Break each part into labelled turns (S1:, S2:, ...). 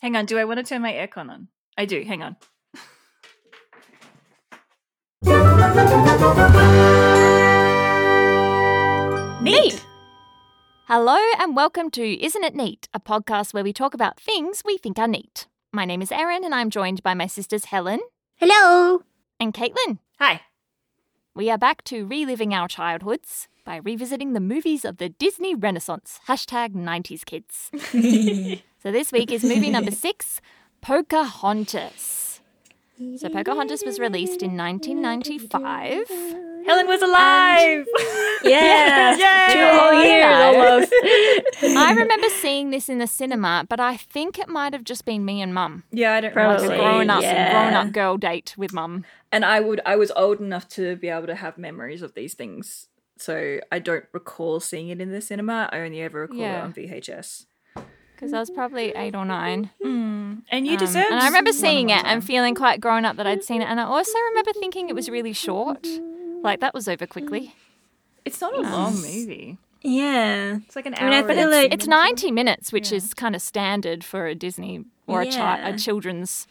S1: Hang on, do I want to turn my aircon on? I do. Hang on.
S2: Neat. Hello and welcome to Isn't It Neat, a podcast where we talk about things we think are neat. My name is Erin and I'm joined by my sisters Helen
S3: Hello.
S2: and Caitlin.
S1: Hi.
S2: We are back to reliving our childhoods by revisiting the movies of the Disney Renaissance. Hashtag 90s kids. so this week is movie number six, Pocahontas. So Pocahontas was released in 1995.
S1: Helen was alive.
S3: Yeah.
S1: Yay!
S3: Um, Two whole years almost.
S2: I remember seeing this in the cinema, but I think it might have just been me and mum.
S1: yeah, I don't
S2: Like a
S3: Probably,
S2: grown up,
S3: yeah.
S2: grown up girl date with mum.
S1: And I would I was old enough to be able to have memories of these things. So I don't recall seeing it in the cinema. I only ever recall it
S2: Yeah.
S1: on VHS.
S2: Because I was probably eight or nine.
S1: And you
S2: Um,
S1: deserve
S2: and I remember seeing it and feeling quite grown up that I'd seen it. And I also remember thinking it was really short. Like, that was over quickly.
S1: it's not a long movie.
S3: yeah.
S1: It's like an
S3: I
S1: hour.
S3: mean, I feel
S1: and
S3: like-
S2: It's 90 minutes, which is kind of standard for a Disney or a, chi-
S3: Yeah.
S2: a children's.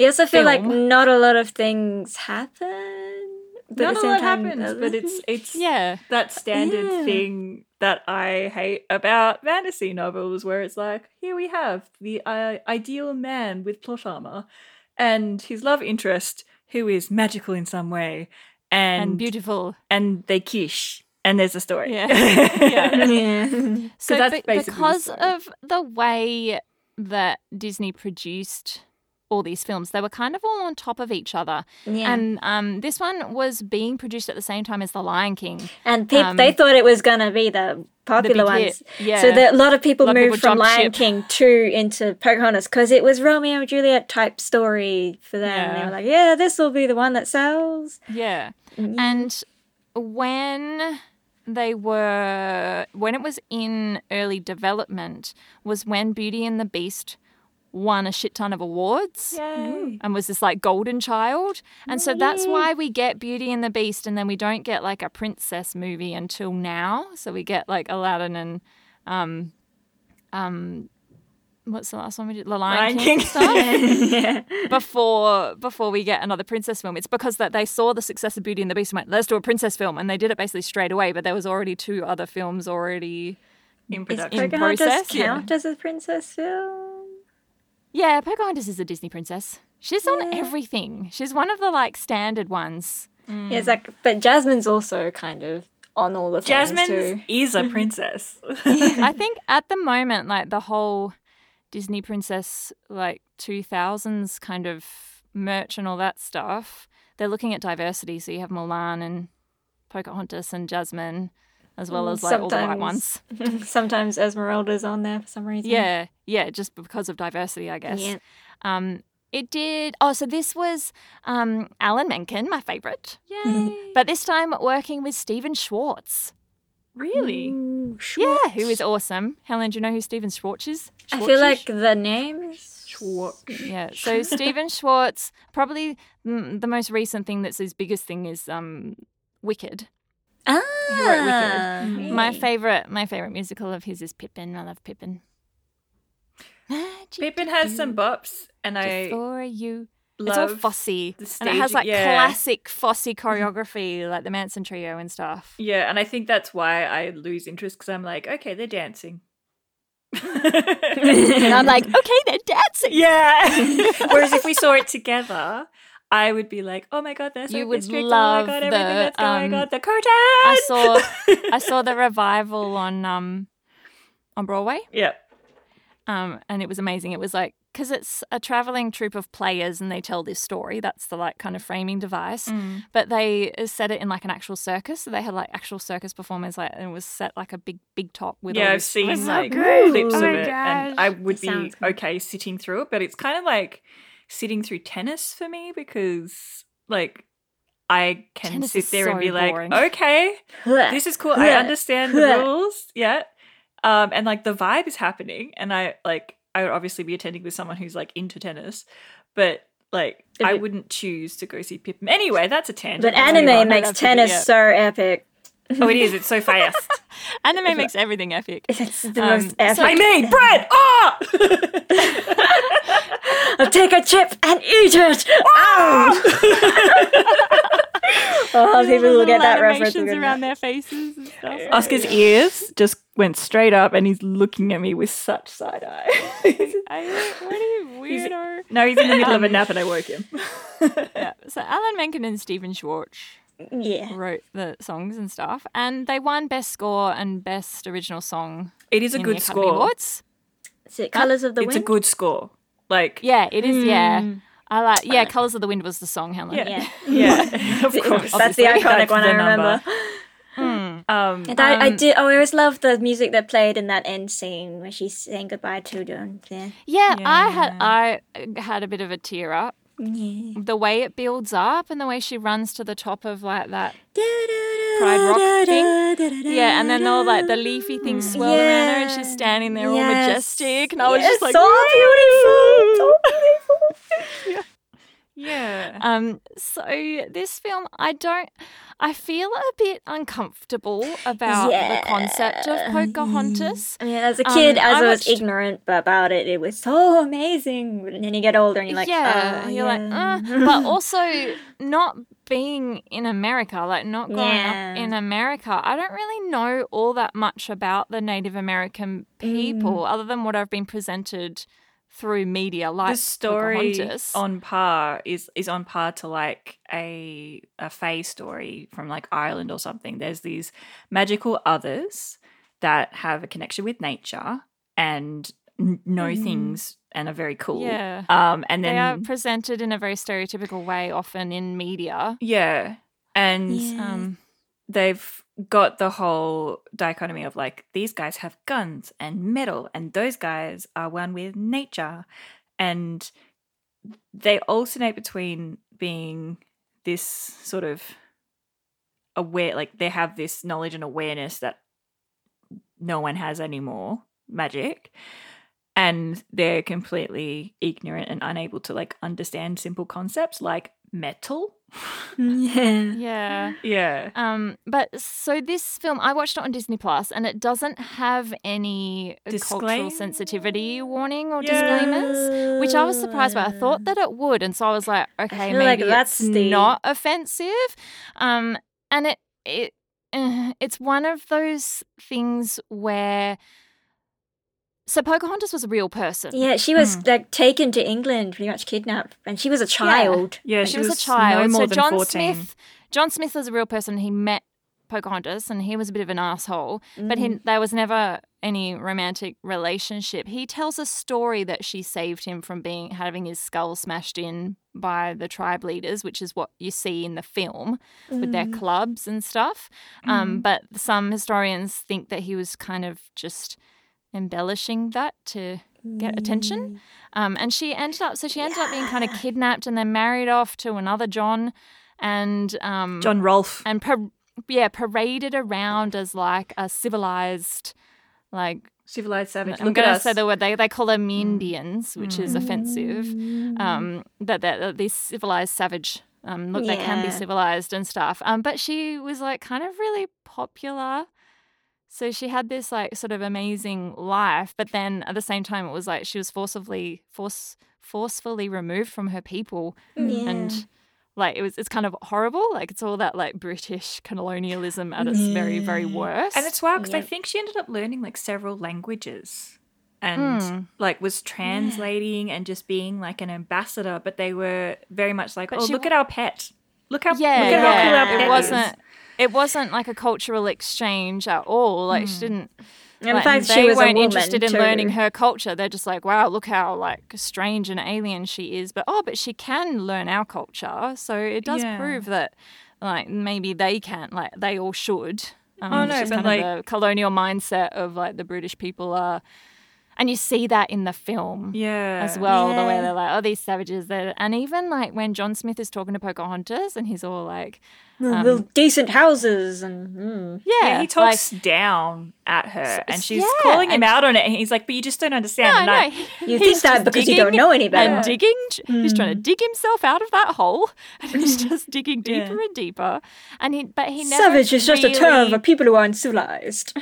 S3: I also feel like
S2: Film.
S3: not a lot of things happen. but
S1: not
S3: at the
S1: a
S3: same
S1: lot
S3: time,
S1: happens,
S3: doesn't.
S1: but it's it's
S2: Yeah.
S1: that standard
S3: Yeah.
S1: thing that I hate about fantasy novels, where it's like, here we have the uh, ideal man with plot armor and his love interest, who is magical in some way,
S2: And,
S1: and
S2: beautiful.
S1: and they kiss, and there's a story.
S2: Yeah.
S1: yeah.
S3: yeah.
S2: So,
S1: that's
S2: be-
S1: basically the
S2: because
S1: story.
S2: of the way that Disney produced all these films, they were kind of all on top of each other.
S3: yeah. And,
S2: And um, this one was being produced at the same time as The Lion King.
S3: peop-
S2: um,
S3: they thought it was going to be the popular
S2: big hit.
S3: ones.
S2: Yeah.
S3: So that a lot of people
S2: A lot of
S3: moved
S2: people
S3: from
S2: jumped
S3: Lion
S2: ship.
S3: King 2 into Pocahontas because it was Romeo and Juliet type story for them. They
S2: Yeah.
S3: were like, yeah, this will be the one that sells.
S2: Yeah. And when they were when it was in early development was when Beauty and the Beast won a shit ton of awards and was this like golden child. And so that's why we get Beauty and the Beast and then we don't get like a princess movie until now. So we get like Aladdin and um um what's the last one we did? The Lion,
S1: Lion
S2: King
S1: King.
S2: stuff before before we get another princess film. It's because that they saw the success of Beauty and the Beast and went, let's do a princess film, and they did it basically straight away. But there was already two other films already.
S1: In
S3: Is
S1: production.
S3: Pocahontas
S2: process, yeah.
S3: count as a princess film?
S2: Yeah, Pocahontas is a Disney princess. She's on everything. She's one of the like standard ones.
S3: Yeah,
S2: Hmm.
S3: it's like, but Jasmine's also kind of on all the things
S1: Jasmine
S3: too.
S1: is a princess.
S2: I think at the moment, like the whole Disney princess like two thousands kind of merch and all that stuff, they're looking at diversity. So you have Mulan and Pocahontas and Jasmine, as well as like all the white
S3: Sometimes-
S2: ones.
S3: Sometimes Esmeralda's on there for some reason.
S2: Yeah, yeah, just because of diversity, I guess.
S3: Yeah.
S2: Um, it did. Oh, so this was um, Alan Menken, my favorite.
S1: Yay.
S2: But this time working with Steven Schwartz.
S1: really?
S3: Ooh,
S2: Yeah,
S3: Schwartz.
S2: who is awesome. Helen, do you know who Steven Schwartz is?
S3: I feel like
S2: Schwartz-ish?
S3: the name is
S1: Schwartz.
S2: Yeah, so Steven Schwartz, probably mm, the most recent thing that's his biggest thing is um, Wicked.
S3: Ah,
S2: Wicked.
S3: really?
S2: My favorite, my favorite musical of his is Pippin. I love Pippin. Magic
S1: Pippin has some bops, and
S2: just
S1: I
S2: for you.
S1: love
S2: it's all fussy.
S1: the
S2: and it has
S1: stage-
S2: like
S1: yeah.
S2: classic fussy choreography, like the Manson Trio and stuff.
S1: yeah, and I think that's why I lose interest because I'm like, okay, they're dancing.
S2: And I'm like, okay, they're dancing.
S1: Yeah. Whereas if we saw it together, I would be like, oh my god, that's
S2: You
S1: our
S2: would
S1: district.
S2: love
S1: oh my god,
S2: the,
S1: everything that's going
S2: um,
S1: on. The
S2: I
S1: curtain.
S2: saw I saw the revival on um on Broadway,
S1: yeah.
S2: um, and it was amazing. It was like because it's a traveling troupe of players and they tell this story. That's the like kind of framing
S1: Mm.
S2: device. But they uh, set it in like an actual circus. So they had like actual circus performers, like and it was set like a big big top with. all
S1: Yeah, I've
S2: this-
S1: seen
S2: so
S1: like
S2: good.
S1: clips
S2: Oh
S1: of
S2: my
S1: it, and I would
S3: That
S1: be
S3: sounds good.
S1: okay sitting through it, but it's kind of like sitting through tennis for me because like I can
S2: Tennis
S1: sit
S2: is
S1: there and
S2: so
S1: be like,
S2: boring.
S1: okay, this is cool. I
S3: Yeah.
S1: understand the
S3: Yeah.
S1: rules. Yeah. Um, and like the vibe is happening. And I like, I would obviously be attending with someone who's like into tennis, but like,
S3: If
S1: I
S3: it-
S1: wouldn't choose to go see Pippin. Anyway, that's a tangent.
S3: But
S1: Let's move
S3: anime
S1: on.
S3: makes tennis so epic.
S1: Oh, it is. It's so fast.
S2: Anime Um, makes everything epic.
S3: It's the
S2: Um,
S3: most epic.
S1: I made bread. Ah!
S3: I'll take a chip and eat it.
S2: Ah!
S3: Ow! oh, people will get that reference.
S4: Animations around their faces and stuff.
S1: Oscar's ears just went straight up and he's looking at me with such side eye.
S4: I- what are you weirdo?
S1: no, he's in the middle of a nap and I woke him.
S2: Yeah. So Alan Menken and Stephen Schwartz
S3: Yeah.
S2: wrote the songs and stuff, and they won Best Score and Best Original Song.
S1: It is a
S2: in the
S1: good
S2: Academy
S1: score.
S2: Awards.
S3: Is it Colors of the
S1: it's
S3: Wind?
S1: a good score. Like,
S2: Yeah, it is. Yeah, I like. Yeah, Colors of the Wind was the song, Helen.
S1: Yeah.
S3: yeah.
S1: yeah, of course.
S3: That's the iconic
S1: That's
S3: one
S1: the
S3: I remember. Hmm.
S1: number. Um,
S3: And I, I did. Oh, I always loved the music that played in that end scene where she's saying goodbye to John. Yeah.
S2: Yeah, I had I uh, had a bit of a tear up. The way it builds up and the way she runs to the top of like that Pride Rock thing. Yeah, and then all like the leafy things swirl around her and she's
S3: Yeah.
S2: standing there all
S3: Yes.
S2: majestic and I was
S3: Yes,
S2: just like
S3: so beautiful.
S1: yeah.
S2: um so this film I don't I feel a bit uncomfortable about
S3: Yeah.
S2: the concept of Pocahontas.
S3: I mean, as a
S2: Um,
S3: kid, as
S2: I
S3: I,
S2: watched-
S3: was ignorant about it, it was so amazing. And then you get older and you're like,
S2: yeah,
S3: oh,
S2: you're
S3: yeah.
S2: like, uh, but also not being in America, like not growing
S3: Yeah.
S2: up in America. I don't really know all that much about the Native American people, other than what I've been presented through media, like
S1: the story
S2: Pocahontas.
S1: on par is is on par to like a a fae story from like Ireland or something. There's these magical others that have a connection with nature and n- know
S3: Mm-hmm.
S1: things and are very cool.
S2: Yeah.
S1: Um, and
S2: They are
S1: then
S2: presented in a very stereotypical way, often in media.
S1: yeah, and
S3: Yeah.
S2: Um,
S1: they've got the whole dichotomy of like these guys have guns and metal and those guys are one with nature and they alternate between being this sort of aware like they have this knowledge and awareness that no one has anymore magic and they're completely ignorant and unable to like understand simple concepts like metal
S3: yeah.
S2: "Uh." yeah.
S1: yeah
S2: Um, but so this film, I watched it on Disney Plus, and it doesn't have any cultural
S1: Disclaim-
S2: sensitivity warning or
S1: Yeah.
S2: disclaimers, which I was surprised by. I thought that it would, and so I was like, okay,
S3: feel like
S2: maybe
S3: that's
S2: it's
S3: the-
S2: not offensive. Um, and it it eh, it's one of those things where. So Pocahontas was a real person.
S3: Yeah, she
S2: Hmm.
S3: was like taken to England, pretty much kidnapped, and she was a child.
S1: yeah
S2: she, was, a child.
S1: no more
S2: so
S1: than
S2: John
S1: 14.
S2: Smith, John Smith was a real person. He met Pocahontas, and he was a bit of an asshole. But
S1: Mm.
S2: he, there was never any romantic relationship. He tells a story that she saved him from being having his skull smashed in by the tribe leaders, which is what you see in the film with their
S1: Mm.
S2: clubs and stuff. Um, but some historians think that he was kind of just embellishing that to get
S1: Mm.
S2: attention. Um, and she ended up, so she ended up being kind of kidnapped and then married off to another John, and um,
S1: John Rolfe.
S2: and par- yeah, paraded around as like a civilized, like
S1: Civilized Savage.
S2: I'm going to say the word they, they call them Indians, which is offensive. Um, that that that these civilized savage. Um, look, they can be
S3: Yeah.
S2: civilized and stuff. Um, but she was like kind of really popular. So she had this like sort of amazing life, but then at the same time, it was like she was forcibly force forcefully removed from her people,
S3: Yeah.
S2: and like it was it's kind of horrible. Like it's all that like British colonialism at its very very worst.
S1: and it's wild because I
S3: Yep.
S1: think she ended up learning like several languages and
S2: Hmm.
S1: like was translating and just being like an ambassador. But they were very much like,
S2: But
S1: oh,
S2: she
S1: look
S2: w-
S1: at our pet. Look how
S2: yeah,
S1: look at
S2: yeah.
S1: how cool our pet
S2: it
S1: is."
S2: wasn't it wasn't like a cultural exchange at all. Like she didn't.
S3: Hmm. In
S2: like,
S3: fact,
S2: they
S3: she was a
S2: weren't
S3: woman,
S2: interested in
S3: too.
S2: learning her culture. They're just like, wow, look how like strange and alien she is. But oh, but she can learn our culture, so it does
S1: Yeah.
S2: prove that like maybe they can, like they all should. Um,
S1: Oh,
S2: it's
S1: no,
S2: just
S1: but,
S2: kind of
S1: like-
S2: the colonial mindset of like the British people are, and you see that in the film
S1: Yeah.
S2: as well. The way
S3: Yeah.
S2: they're like, oh, these savages. They're... And even like when John Smith is talking to Pocahontas and he's all like,
S3: well,
S2: Um,
S3: decent houses and mm.
S2: yeah,
S1: Yeah, he
S2: like,
S1: talks down at her, and she's
S2: yeah,
S1: calling him
S2: and-
S1: out on it. And he's like, "But you just don't understand."
S2: no,
S1: and
S2: no.
S1: I-
S3: you think that because you
S2: digging
S3: don't know any better. Mm.
S2: and digging. He's trying to dig himself out of that hole, and he's just digging deeper and deeper. And he, but he never
S3: Savage is just a term
S2: really-
S3: for people who are uncivilized.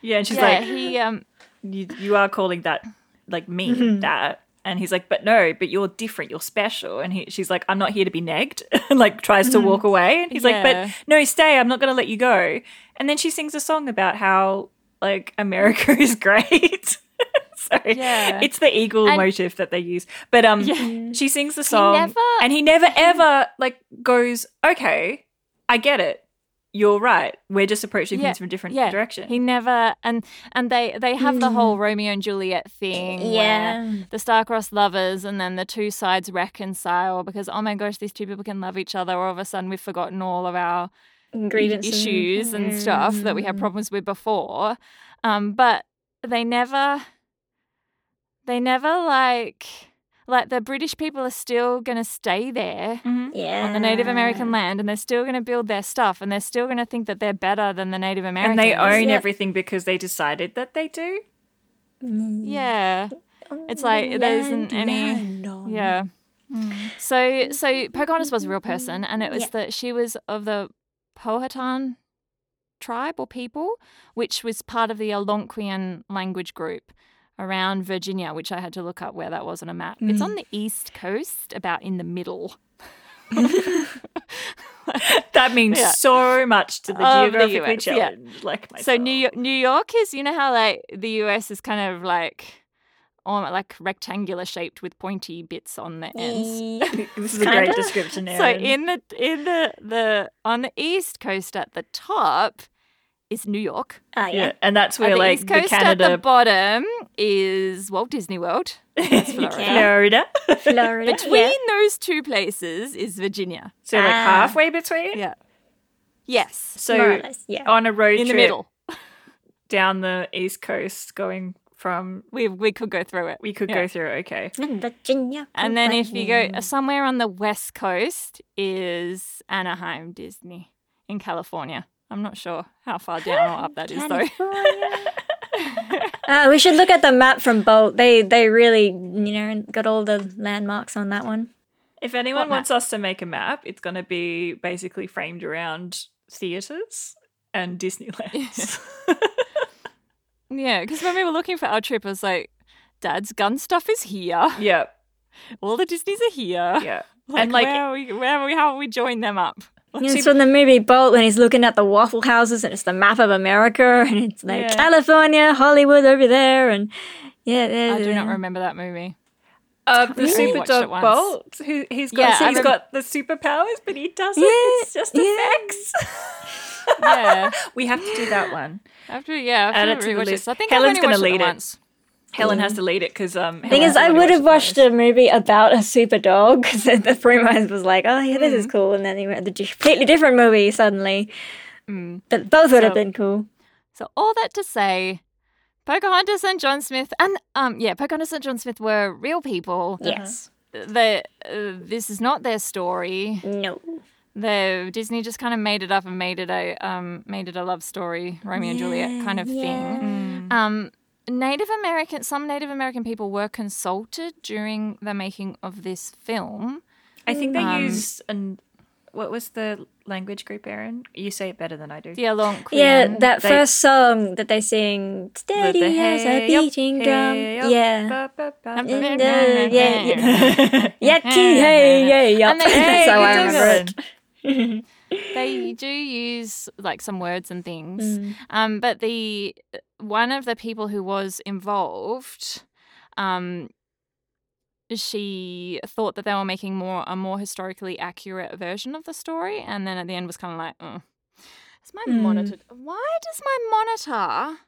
S1: yeah, and she's
S2: Yeah,
S1: like,
S2: he um, Mm-hmm.
S1: you, "You are calling that like me that." And he's like, but no, but you're different. You're special. And he, she's like, I'm not here to be negged. and like tries to walk away. And he's like,
S2: Mm. Yeah.
S1: but no, stay. I'm not going to let you go. And then she sings a song about how like America is great. so
S2: Yeah.
S1: it's the eagle
S2: And-
S1: motive that they use. But um,
S2: Yeah.
S1: she sings the song,
S2: never-
S1: and he never ever like goes, okay, I get it. You're right. We're just approaching
S2: Yeah,
S1: things from a different
S2: yeah.
S1: direction.
S2: He never and and they they have the whole Romeo and Juliet thing. where
S3: Mm. Yeah.
S2: the star-crossed lovers and then the two sides reconcile because oh my gosh, these two people can love each other. All of a sudden, we've forgotten all of our
S3: Grievances.
S2: issues and stuff that
S1: Mm.
S2: we had problems with before. Um, but they never, they never like, like the British people are still going to stay there
S1: Mhm.
S3: Yeah.
S2: on the Native American
S1: Mm.
S2: land and they're still going to build their stuff and they're still going to think that they're better than the Native
S1: And
S2: Americans.
S1: they own
S3: Yeah.
S1: everything because they decided that they do.
S2: Yeah.
S1: Oh,
S2: It's like there isn't any. Yeah. Mm. So so Pocahontas was a real person, and it was
S3: Yeah.
S2: that she was of the Powhatan tribe or people, which was part of the Algonquian language group around Virginia, which I had to look up where that was on a map. It's on the east coast, about in the middle.
S1: That means
S2: Yeah.
S1: so much to the
S2: Of the
S1: geographically
S2: US, yeah.
S1: challenged, like myself.
S2: So New York, New York is, you know how like the US is kind of like, on like rectangular shaped with pointy bits on the ends.
S1: This is a
S3: Kinda.
S1: great description.
S2: So
S1: Erin.
S2: in the in the the on the east coast at the top is New York.
S3: Ah,
S1: yeah.
S3: yeah.
S1: and that's where
S2: at the
S1: like
S2: east
S1: the
S2: coast at the
S1: Canada,
S2: bottom is Walt Disney World. That's Florida.
S1: Florida.
S3: Florida.
S2: Between
S3: yeah.
S2: those two places is Virginia.
S1: so like
S3: Ah.
S1: halfway between.
S2: Yeah. Yes.
S1: So
S3: More or less, yeah.
S2: oh.
S1: on a road
S2: In the
S1: trip
S2: middle.
S1: down the east coast, going from
S2: We we could go through it.
S1: we could
S2: Yeah.
S1: go through. Okay,
S3: Mm, Virginia.
S2: And then if you go somewhere on the west coast is Anaheim Disney in California. I'm not sure how far down or up that is though.
S3: Ah, we should look at the map from Bolt. They they really you know got all the landmarks on that one.
S1: If anyone
S2: What map?
S1: wants us to make a map, it's going to be basically framed around theatres and Disneyland.
S2: Yeah, because when we were looking for our trip, I was like, Dad's gun stuff is here.
S1: yeah,
S2: All the Disneys are here.
S1: yeah.
S2: Like,
S1: and like,
S2: where are we, where are we, how are we join them up?
S3: You know, it's from the movie Bolt when he's looking at the waffle houses and it's the map of America and it's like
S1: Yeah.
S3: California, Hollywood over there and yeah. there-
S2: I do not
S3: there.
S2: remember that movie.
S1: uh, the
S2: Really?
S1: super
S2: Watched it
S1: dog
S2: once.
S1: Bolt, who, he's got,
S2: Yeah, I
S1: he's
S2: remem-
S1: got the superpowers, but he doesn't.
S3: Yeah,
S1: It's just
S3: yeah.
S1: effects.
S2: Yeah,
S1: we have to do that one.
S2: after yeah,
S1: Add
S2: after
S1: it to the
S2: rewatch
S1: list.
S2: this, I think
S1: Helen's
S2: I've
S1: gonna
S2: only watched
S1: lead
S2: it
S1: it.
S2: once.
S1: Helen has to lead it because um.
S3: Thing is, I would have watched a movie about a super dog because the premise was like, oh yeah, this is cool, and then he went to a completely different movie suddenly. But both would have
S2: So-
S3: been cool.
S2: So all that to say, Pocahontas and John Smith, and um, yeah, Pocahontas and John Smith were real people.
S3: Yes.
S2: The uh, this is not their story.
S3: No.
S2: the Disney just kind of made it up and made it a um, made it a love story, Romeo and Juliet kind of thing. Um, Native American, some Native American people were consulted during the making of this film.
S1: I think they
S2: Um,
S1: used and what was the language group, Erin? You say it better than I do.
S2: The Algonquian,
S3: Yeah, that
S1: They-
S3: first song that they sing,
S1: The- the
S3: "Steady as a
S1: hey up,
S3: beating
S1: hey
S3: drum."
S1: up,
S3: yeah.
S1: ba, ba, ba,
S2: Um,
S1: ba, ba.
S3: In the- yeah, yeah.
S2: yeah,
S3: Yucky,
S2: yeah.
S3: hey, yeah, yup.
S2: And they-
S3: That's
S2: hey,
S3: how I
S2: good
S3: remember it.
S2: they do use like some words and things. Um, but the one of the people who was involved, um, she thought that they were making more a more historically accurate version of the story, and then at the end was kind of like, oh, is my
S3: Mm.
S2: monitor? Why does my monitor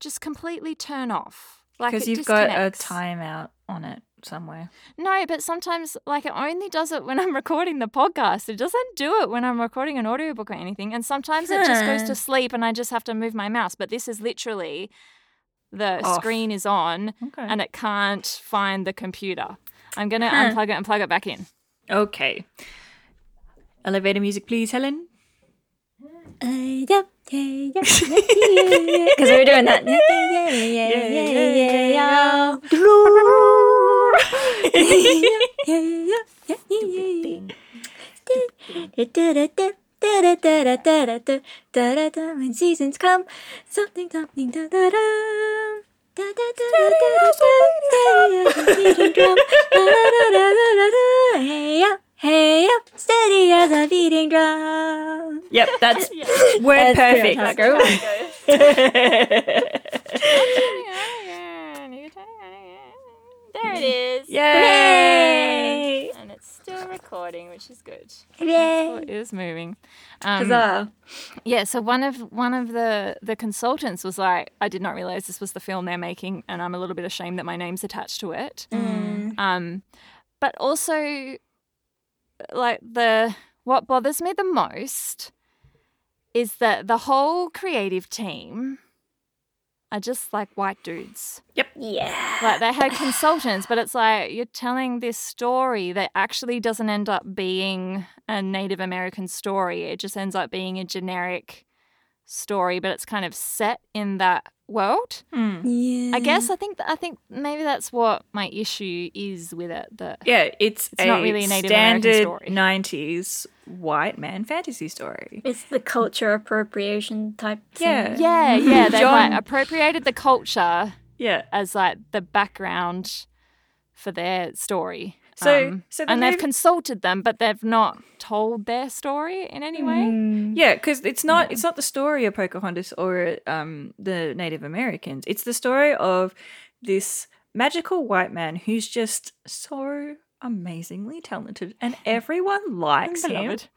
S2: just completely turn off? Like
S1: Because
S2: it
S1: you've got a
S2: disconnects.
S1: timeout on it somewhere.
S2: No, but sometimes like it only does it when I'm recording the podcast. It doesn't do it when I'm recording an audiobook or anything. And sometimes it just goes
S3: Huh.
S2: to sleep and I just have to move my mouse. But this is literally the
S1: Off.
S2: screen is on
S1: Okay.
S2: and it can't find the computer. I'm gonna
S3: Huh.
S2: unplug it and plug it back in.
S1: okay. Elevator music, please, Helen.
S3: Because we were doing that. Yeah, yeah, yeah, yeah, yeah, yeah, yeah. Yeah, yeah, yeah, yeah, yeah. Da-da-da-da-da-da-da-da-da-da-da-da. When seasons come, something, something, da da da. Hey up, hey up, steady as a beating drum.
S1: Yep, that's word
S3: That's pretty
S1: perfect.
S3: much how
S2: There it is.
S1: Yay!
S3: it goes.
S2: And it's still recording, which is good. Oh,
S3: Yay!
S2: it is moving. Um,
S3: Huzzah.
S2: Yeah, so one of one of the the consultants was like, I did not realize this was the film they're making, and I'm a little bit ashamed that my name's attached to it. Um, but also, like the what bothers me the most is that the whole creative team are just like white dudes.
S3: Yeah.
S2: Like they had consultants, but it's like you're telling this story that actually doesn't end up being a Native American story. It just ends up being a generic story, but it's kind of set in that world.
S1: Hmm.
S3: Yeah.
S2: I guess I think I think maybe that's what my issue is with it. That
S1: Yeah, it's,
S2: It's
S1: a
S2: not really a Native American
S1: standard
S2: story.
S1: 90s white man fantasy story.
S3: It's the culture appropriation type thing.
S1: Yeah.
S2: yeah, yeah, they
S1: John-
S2: like appropriated the culture
S1: Yeah.
S2: as like the background for their story. Um,
S1: So- so the
S2: and they've
S1: movie-
S2: consulted them, but they've not told their story in any way.
S1: Yeah, because it's not it's not the story of Pocahontas or um, the Native Americans. It's the story of this magical white man who's just so amazingly talented, and everyone likes him.
S2: Beloved.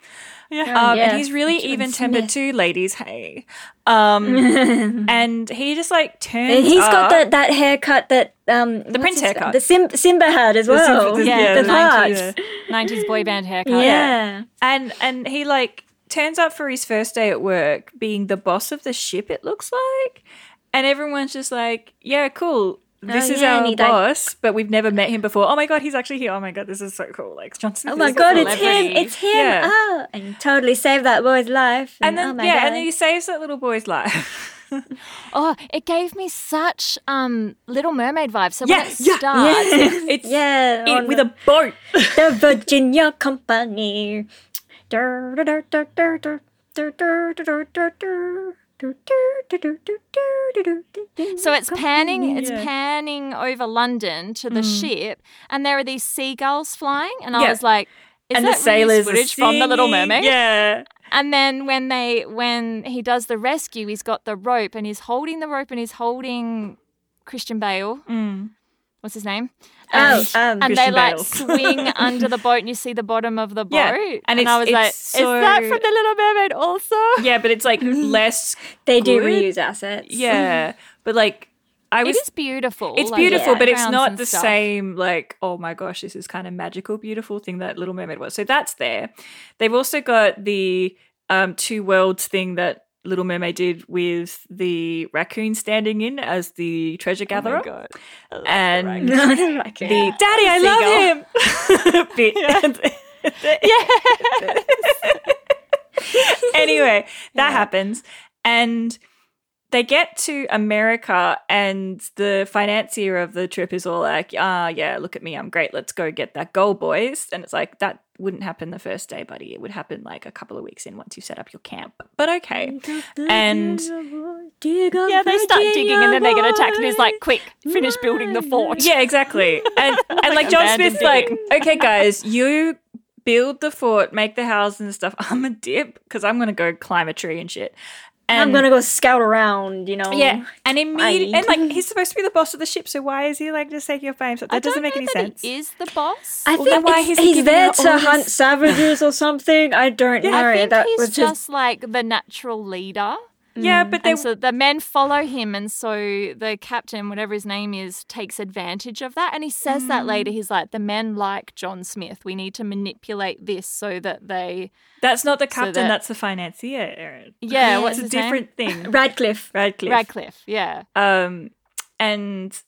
S1: Um,
S3: Yeah.
S1: And he's really
S3: John
S1: even tempered
S3: Smith.
S1: too, ladies. Hey, um,
S3: and
S1: and he just like turns.
S3: he's got
S1: up-
S3: that, that haircut that um the
S1: Prince haircut.
S3: the Sim- Simba had as
S1: The Sim-
S3: well.
S1: the-
S2: yeah,
S3: Oh, the
S2: the
S3: part.
S2: 90s, 90s boy band haircut.
S3: Yeah.
S1: and and he like turns up for his first day at work being the boss of the ship it looks like and everyone's just like yeah cool this is
S3: Oh, yeah, and
S1: our
S3: he, like-
S1: boss but we've never met him before oh my god he's actually here oh my god this is so cool like johnson
S3: Oh my god, it's him!
S2: celebrity.
S3: It's him!
S1: Yeah.
S3: Oh, and you totally saved that boy's life.
S1: and
S3: oh
S1: then
S3: my
S1: yeah
S3: god.
S1: and then he saves that little boy's life
S2: Oh, it gave me such um Little Mermaid vibes. So when
S1: Yes,
S2: it
S1: yeah,
S2: starts,
S1: it's
S3: yeah,
S1: it-
S3: on
S1: with a boat
S3: the Virginia Company. Dur, dur, dur, dur, dur, dur, dur, dur, dur, dur, dur, dur, dur, dur, dur, dur, dur, dur, dur.
S2: so it's panning, it's
S1: Yeah. Mm.
S2: panning over London to the ship, and there are these seagulls flying, and
S1: Yeah.
S2: I was like, is
S1: and
S2: that
S1: the sailors
S2: really footage from the Little Mermaid?
S1: yeah
S2: And then when they when he does the rescue, he's got the rope and he's holding the rope and he's holding Christian Bale.
S1: Mm.
S2: What's his name?
S3: Oh,
S2: And-
S3: um,
S2: and they
S1: Christian
S2: like
S1: Bale.
S2: swing under the boat and you see the bottom of the boat.
S1: Yeah, and
S2: And,
S1: it's-
S2: I was
S1: it's
S2: like,
S1: so-
S2: is that from the Little Mermaid also?
S1: yeah but it's like less
S3: they do
S1: good.
S3: reuse assets.
S1: yeah but like i
S2: It
S1: was
S2: is beautiful.
S1: It's
S2: like,
S1: beautiful, but it's
S2: backgrounds
S1: not
S2: and
S1: the
S2: stuff.
S1: same, like, oh my gosh, this is kind of magical, beautiful thing that Little Mermaid was. So that's there. They've also got the um, two worlds thing that Little Mermaid did with the raccoon standing in as the treasure
S2: Oh
S1: gatherer. and the,
S3: No, I don't like it.
S1: daddy, I love him bit. anyway, that happens. And they get to America, and the financier of the trip is all like, ah, yeah, look at me. I'm great. Let's go get that goal, boys. And it's like, that wouldn't happen the first day, buddy. It would happen like a couple of weeks in once you set up your camp. But okay. And-
S2: Yeah, they start digging and then they get attacked, and he's like, quick, finish building the fort.
S1: Yeah, exactly. And and like John
S2: abandoned
S1: Smith's like, okay, guys, you build the fort, make the house and stuff. I'm a dip because I'm gonna go climb a tree and shit. And
S3: I'm gonna go scout around, you know.
S1: yeah, and immediately,
S3: I-
S1: and like he's supposed to be the boss of the ship, so why is he like just taking off by himself? That
S2: I don't
S1: doesn't make
S2: know
S1: any
S2: that
S1: sense.
S2: He is the boss.
S3: I
S1: then
S3: think
S1: why
S3: it's-
S1: he's
S3: he's
S1: giving
S3: there
S1: her
S3: to
S1: all
S3: hunt
S1: this-
S3: savages or something. I don't know.
S2: I think
S3: that
S2: he's
S3: was
S2: just, like the natural leader.
S1: yeah, but they
S2: Mm, And so the men follow him, and so the captain, whatever his name is, takes advantage of that. And he says
S1: Mm.
S2: that later. He's like, the men like John Smith. We need to manipulate this so that they.
S1: that's not the captain,
S2: that-
S1: that's the financier, Aaron.
S2: Yeah, what's
S1: It's a
S2: his name?
S1: different thing.
S3: Radcliffe.
S1: Radcliffe.
S2: Radcliffe, yeah.
S1: um and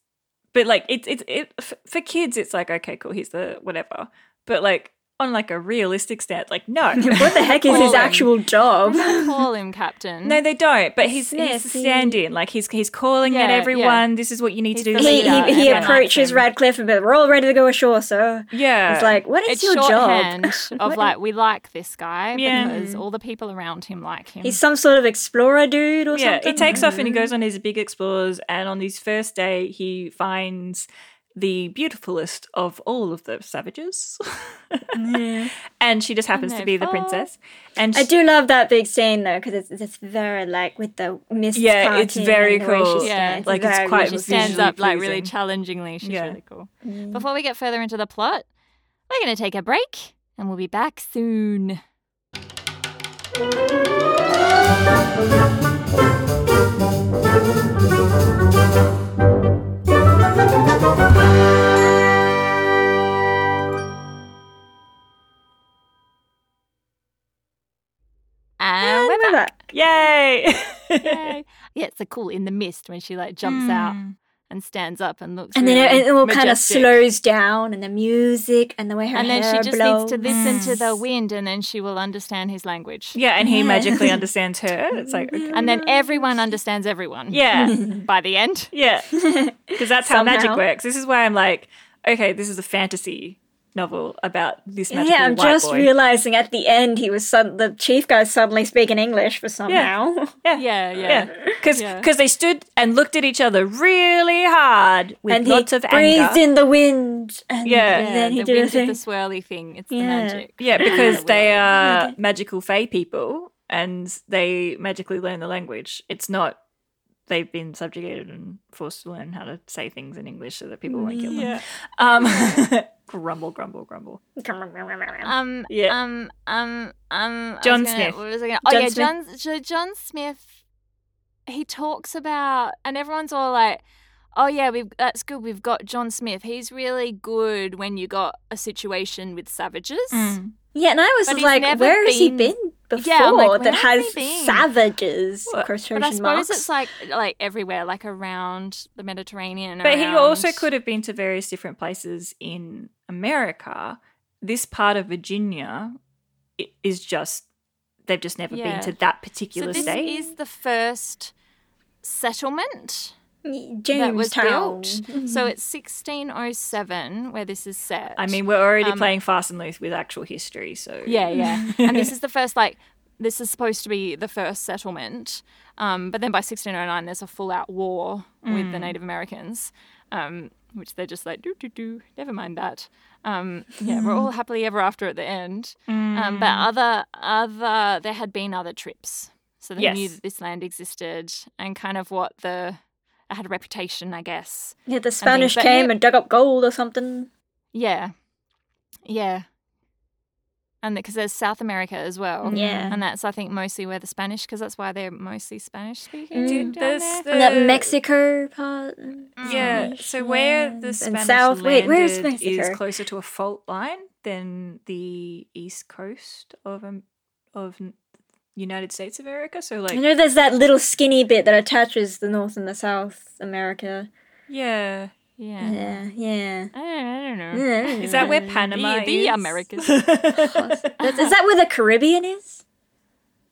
S1: but like it's it's it, f- for kids it's like okay cool he's the whatever but like on like a realistic stance. Like, no.
S3: What the heck is his
S2: Colin.
S3: actual job?
S2: Call him captain.
S1: No, they don't. But he's he's the
S3: Snazzy.
S1: stand-in. Like he's he's calling
S2: Yeah,
S1: at
S2: yeah.
S1: everyone. This is what you need to do.
S2: the
S1: this
S3: He,
S1: is
S2: leader
S1: that,"
S3: he,
S1: and then-
S3: he
S2: everyone likes
S3: approaches
S2: him. Uh,
S3: Radcliffe and be like, we're all ready to go ashore, sir.
S1: Yeah,
S3: It's like, what is
S2: it's
S3: your job?
S2: shorthand of like we like this guy
S1: Yeah.
S2: because all the people around him like him.
S3: He's some sort of explorer dude or
S1: yeah.
S3: something.
S1: He takes off and he goes on his big explores. And on his first day, he finds the beautifulest of all of the savages, and she just happens to
S2: they
S1: be the
S2: fall.
S1: princess. And
S3: I
S1: she-
S3: do love that big scene though, because it's, it's very like with the mist.
S1: Yeah, it's
S3: parting
S1: very
S3: and the way she
S1: cool.
S3: stands.
S1: Like, it's
S3: very
S1: quite
S2: she
S3: visual.
S2: stands up like really
S1: pleasing.
S2: challengingly. She's
S1: Yeah.
S2: really cool. Before we get further into the plot, we're going to take a break and we'll be back soon. And we're back.
S3: Remember that?
S1: yay!
S2: Yay. yeah, it's so cool in the mist when she like jumps
S1: Hmm.
S2: out
S1: Mm.
S2: and stands up and looks.
S3: And then
S2: really
S3: it, it all kind of
S2: majestic.
S3: slows down, and the music, and the way her
S2: And then
S3: hair
S2: she just needs
S3: blows.
S2: to listen to the wind, and then she will understand his language.
S1: yeah, and he
S3: Yeah.
S1: magically understands her. It's like okay.
S3: Mm-hmm.
S2: And then everyone understands everyone.
S1: yeah,
S2: By the end.
S1: yeah, because that's how magic
S3: Somehow.
S1: works. This is why I'm like, okay, this is a fantasy novel about this magical
S3: Yeah, I'm
S1: white
S3: just
S1: boy.
S3: realizing at the end he was sud- the chief guy suddenly speaking English for somehow.
S2: Yeah, yeah.
S1: Yeah, because
S2: Yeah.
S1: they stood and looked at each other really hard with
S3: and he
S1: lots of
S3: breathed
S1: anger.
S3: in the wind. And
S1: Yeah.
S2: Yeah,
S3: then he
S2: the
S3: did a
S2: wind did
S3: thing.
S2: the swirly thing. It's the
S3: Yeah.
S2: magic.
S1: yeah, because they are magical fae people and they magically learn the language. It's not they've been subjugated and forced to learn how to say things in English so that people won't kill them.
S4: Yeah.
S1: Um, grumble, grumble, grumble.
S2: Um,
S1: Yeah.
S2: um, um, um. I was
S1: John
S2: gonna-
S1: Smith.
S2: What was I gonna, oh
S3: John
S2: yeah,
S3: Smith.
S2: John. So John Smith. He talks about, and everyone's all like, "Oh yeah, we've that's good. We've got John Smith. He's really good when you got a situation with savages."
S3: Mm. yeah, and I was
S2: But
S3: just
S2: he's
S3: like,
S2: never
S3: where has he
S2: been-
S3: been before
S2: Yeah, I'm like, where
S3: that
S2: has
S3: has
S2: he been?
S3: savages?
S1: Well,
S3: quotation
S2: But I suppose
S3: marks.
S2: it's like like everywhere, like around the Mediterranean.
S1: But he
S2: around-
S1: also could have been to various different places in America. This part of Virginia i- is just they've just never
S2: Yeah.
S1: been to that
S2: So
S1: particular
S2: this
S1: state.
S2: is the first settlement. that was
S3: Jamestown.
S2: built. So it's 1607 where this is set.
S1: I mean, we're already playing fast and loose with actual history, so
S2: Um, yeah, yeah. and this is the first like this is supposed to be the first settlement. Um, but then by 1609 there's a full out war with the Native Americans. Um, which they're just like do do do. Never mind that. Um, yeah, we're all happily ever after at the end. Um, but other other there had been other trips, so they knew
S1: Yes.
S2: that this land existed and kind of what the it had a reputation, I guess.
S3: Yeah, the Spanish
S2: but
S3: came
S2: here-
S3: and dug up gold or something.
S2: Yeah. Yeah. And because there's South America as well.
S3: Yeah.
S2: And that's, I think, mostly where the Spanish, because that's why they're mostly Spanish speaking.
S3: Mm.
S2: down
S1: Dude, there's
S2: there.
S1: the- Mm.
S3: And that Mexico part.
S1: Yeah, so where the Spanish
S3: South- wait,
S1: landed
S3: where's
S1: is
S3: Mexico?
S1: closer to a fault line than the east coast of um, of n- United States of America. So
S3: I
S1: like,
S3: know there's that little skinny bit that attaches the North and the South America.
S1: yeah,
S2: Yeah.
S3: Yeah, Mm, yeah.
S2: I, don't, I don't know.
S3: yeah.
S1: is that where Panama
S2: The- the
S1: is?
S2: Americas.
S3: That's- is that where the Caribbean is?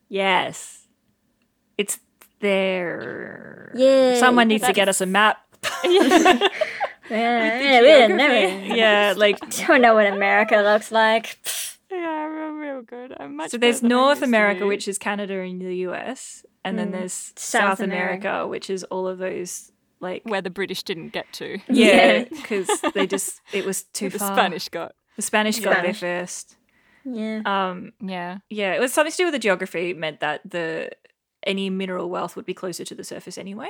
S1: yes, it's there.
S3: Yeah,
S1: someone needs to
S2: that's-
S1: get us a map.
S3: Yeah, yeah, we didn't know.
S1: yeah, like
S3: Don't know what America looks like.
S4: Yeah, I'm real good. I'm much
S1: so. There's
S4: better than I
S1: North
S4: used to
S1: America,
S4: be.
S1: which is Canada and the U.S., and then there's South,
S3: South
S1: America, which is all of those like
S2: Where the British didn't get to.
S1: Yeah, because they just it was too
S2: The
S1: far.
S2: Spanish got.
S1: The Spanish got
S3: Spanish.
S1: there first.
S3: Yeah.
S1: Um,
S2: Yeah.
S1: yeah, it was something to do with the geography. It meant that the any mineral wealth would be closer to the surface anyway.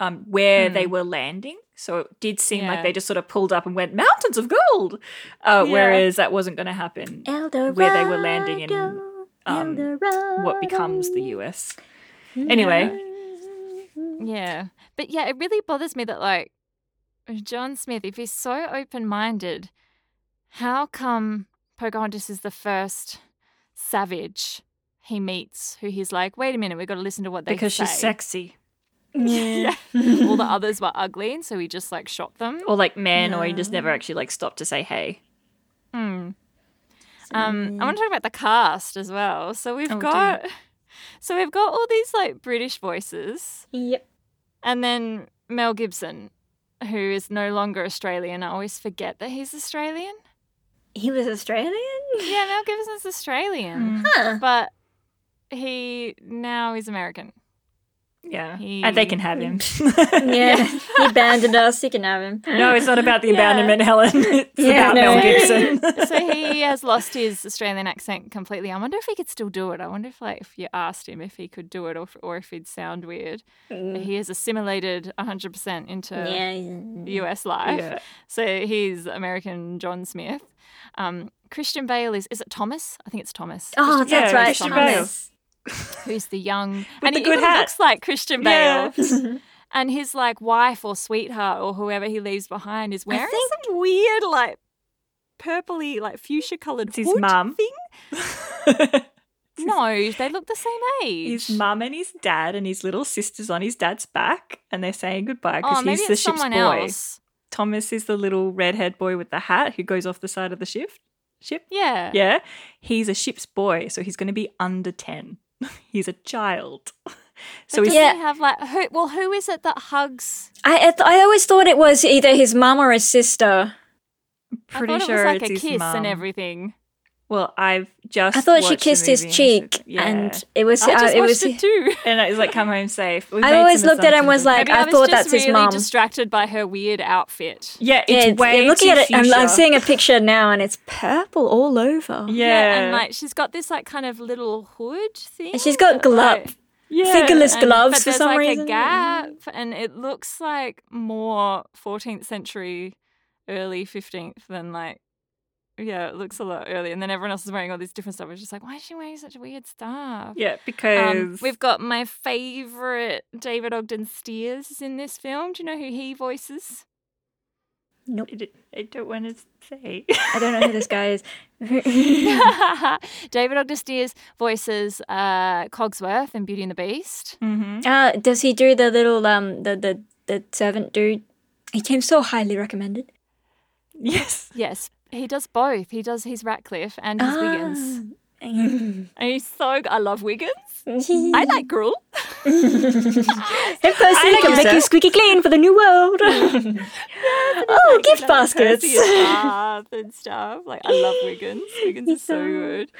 S1: Um, where they were landing, so it did seem like
S2: Yeah.
S1: they just sort of pulled up and went mountains of gold, uh,
S4: Yeah.
S1: whereas that wasn't going to happen.
S3: El Dorado,
S1: where they were landing in, um,
S3: El Dorado.
S1: What becomes the US? Anyway,
S2: Yeah. But yeah, it really bothers me that, like, John Smith, if he's so open minded, how come Pocahontas is the first savage he meets who he's like, wait a minute, we've got to listen to what they
S1: because
S2: say.
S1: she's sexy
S3: Yeah.
S2: All the others were ugly, and so he just like shot them.
S1: or like man, or he just never actually like stopped to say hey.
S2: Mm. Um, Hmm, I want to talk about the cast as well. So we've
S1: Oh, dear.
S2: got, so we've got all these like British voices,
S3: Yep.
S2: and then Mel Gibson, who is no longer Australian. I always forget that he's Australian.
S3: He was Australian?
S2: Yeah, Mel Gibson's
S1: Mm.
S2: Australian,
S3: Huh.
S2: but he now is American.
S1: Yeah.
S2: He-
S1: And they can have him.
S3: Yeah. he abandoned us. You can have him.
S1: No, it's not about the abandonment, Helen. It's
S3: Yeah,
S1: about
S3: no.
S1: Mel Gibson.
S2: So he has lost his Australian accent completely. I wonder if he could still do it. I wonder if like if you asked him if he could do it or if, or if he'd sound weird. But
S3: Mm.
S2: He has assimilated 100% into
S3: Yeah. he's-
S2: US life. So he's American John Smith. Um, Christian Bale is, is it Thomas? I think it's Thomas.
S3: Oh,
S1: Yeah,
S3: that's right.
S2: Christian
S3: Thomas.
S2: Who's the young. and
S1: the
S2: he
S1: good
S2: even
S1: hat.
S2: looks like Christian
S1: Yeah.
S2: Bale. and his like wife or sweetheart or whoever he leaves behind is wearing
S3: think-
S2: some weird like purpley like fuchsia coloured
S1: It's his
S2: hood
S1: mum.
S2: thing.
S1: Yeah.
S2: No, they look the same age.
S1: his mum and his dad and his little sister's on his dad's back and they're saying goodbye
S2: oh,
S1: because
S2: maybe
S1: he's
S2: it's
S1: the ship's
S2: someone
S1: boy.
S2: else.
S1: Thomas is the little redhead boy with the hat who goes off the side of the ship. Ship?
S2: Yeah.
S1: Yeah. He's a ship's boy, so he's going to be under 10. he's a child. So
S2: So
S1: he's,
S2: does
S3: Yeah.
S2: he have like who? Well, who is it that hugs?
S3: I, I, th- I always thought it was either his mum or his sister.
S2: I
S1: pretty
S2: thought
S1: sure
S2: it was like
S1: it's
S2: a
S1: his
S2: kiss
S1: mum.
S2: and everything.
S1: Well, I've just
S3: I thought she
S1: watched the
S3: kissed his
S1: movie and I said-
S3: cheek,
S1: yeah.
S3: and it was.
S2: I
S3: uh,
S2: just
S3: it
S2: watched
S3: was.
S2: it too.
S1: and it was like come home safe. We
S3: I
S1: made
S3: always
S1: some
S3: looked at it and
S1: assumptions
S3: was like,
S2: Maybe
S3: I
S2: was
S3: thought
S2: just
S3: that's his
S2: really
S3: mum.
S2: distracted by her weird outfit.
S1: yeah,
S3: Yeah,
S1: it's
S3: it's-
S1: way
S3: yeah, looking
S1: too
S3: at it, I'm, I'm
S1: fuchsia.
S3: seeing a picture now, and it's purple all over.
S1: Yeah,
S2: and like she's got this like kind of little hood thing.
S3: And she's got
S2: that, like-
S3: glove,
S1: yeah.
S3: fingerless
S2: and-
S3: gloves
S2: but
S3: for
S2: there's
S3: some
S2: like
S3: reason.
S2: a gap, and it looks like more 14th century, early 15th than like. Yeah, it looks a lot early, and then everyone else is wearing all this different stuff. It's just like, why is she wearing such weird stuff?
S1: Yeah, because
S2: Um, we've got my favorite David Ogden Steers is in this film. Do you know who he voices?
S3: Nope,
S1: I don't- I don't want to say.
S3: I don't know who this guy is.
S2: David Ogden Steers voices uh, Cogsworth in Beauty and the Beast.
S1: mm-hmm.
S3: Uh, does he do the little um the the, the servant dude? He came so highly recommended.
S1: Yes.
S2: Yes, he does both. He does his Ratcliffe and his Wiggins.
S3: Wiggins.
S2: And he's so I love Wiggins. I like gruel.
S3: If Percy
S1: like
S3: can
S1: him,
S3: make
S1: sir.
S3: you squeaky clean for the new world. oh, gift baskets.
S2: Percy and Bath and stuff. Like I love Wiggins. Wiggins is so good.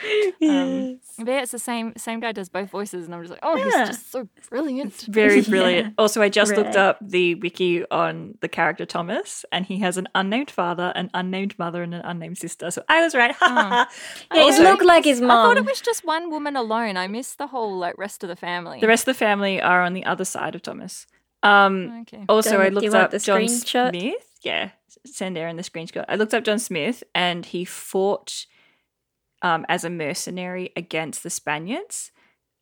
S2: Um, but yeah, it's the same same guy does both voices, and I'm just like, oh, he's
S3: Yeah.
S2: just so brilliant.
S1: Very brilliant. Also, I just looked
S3: Right.
S1: up the wiki on the character Thomas, and he has an unnamed father, an unnamed mother, and an unnamed sister. So I was right. Ha, ha, ha.
S3: Oh. Yeah, it
S1: Also,
S3: looked like his
S2: I thought it
S3: mom.
S2: was just one woman alone. I missed the whole like rest of the family.
S1: the rest of the family are on the other side of Thomas. Um,
S2: Okay.
S1: Also,
S3: Don't-
S1: I
S3: do you
S1: looked
S3: want
S1: up
S3: the
S1: John
S3: screenshot?
S1: Smith. Yeah, send Aaron the screenshot. I looked up John Smith, and he fought um, as a mercenary against the Spaniards.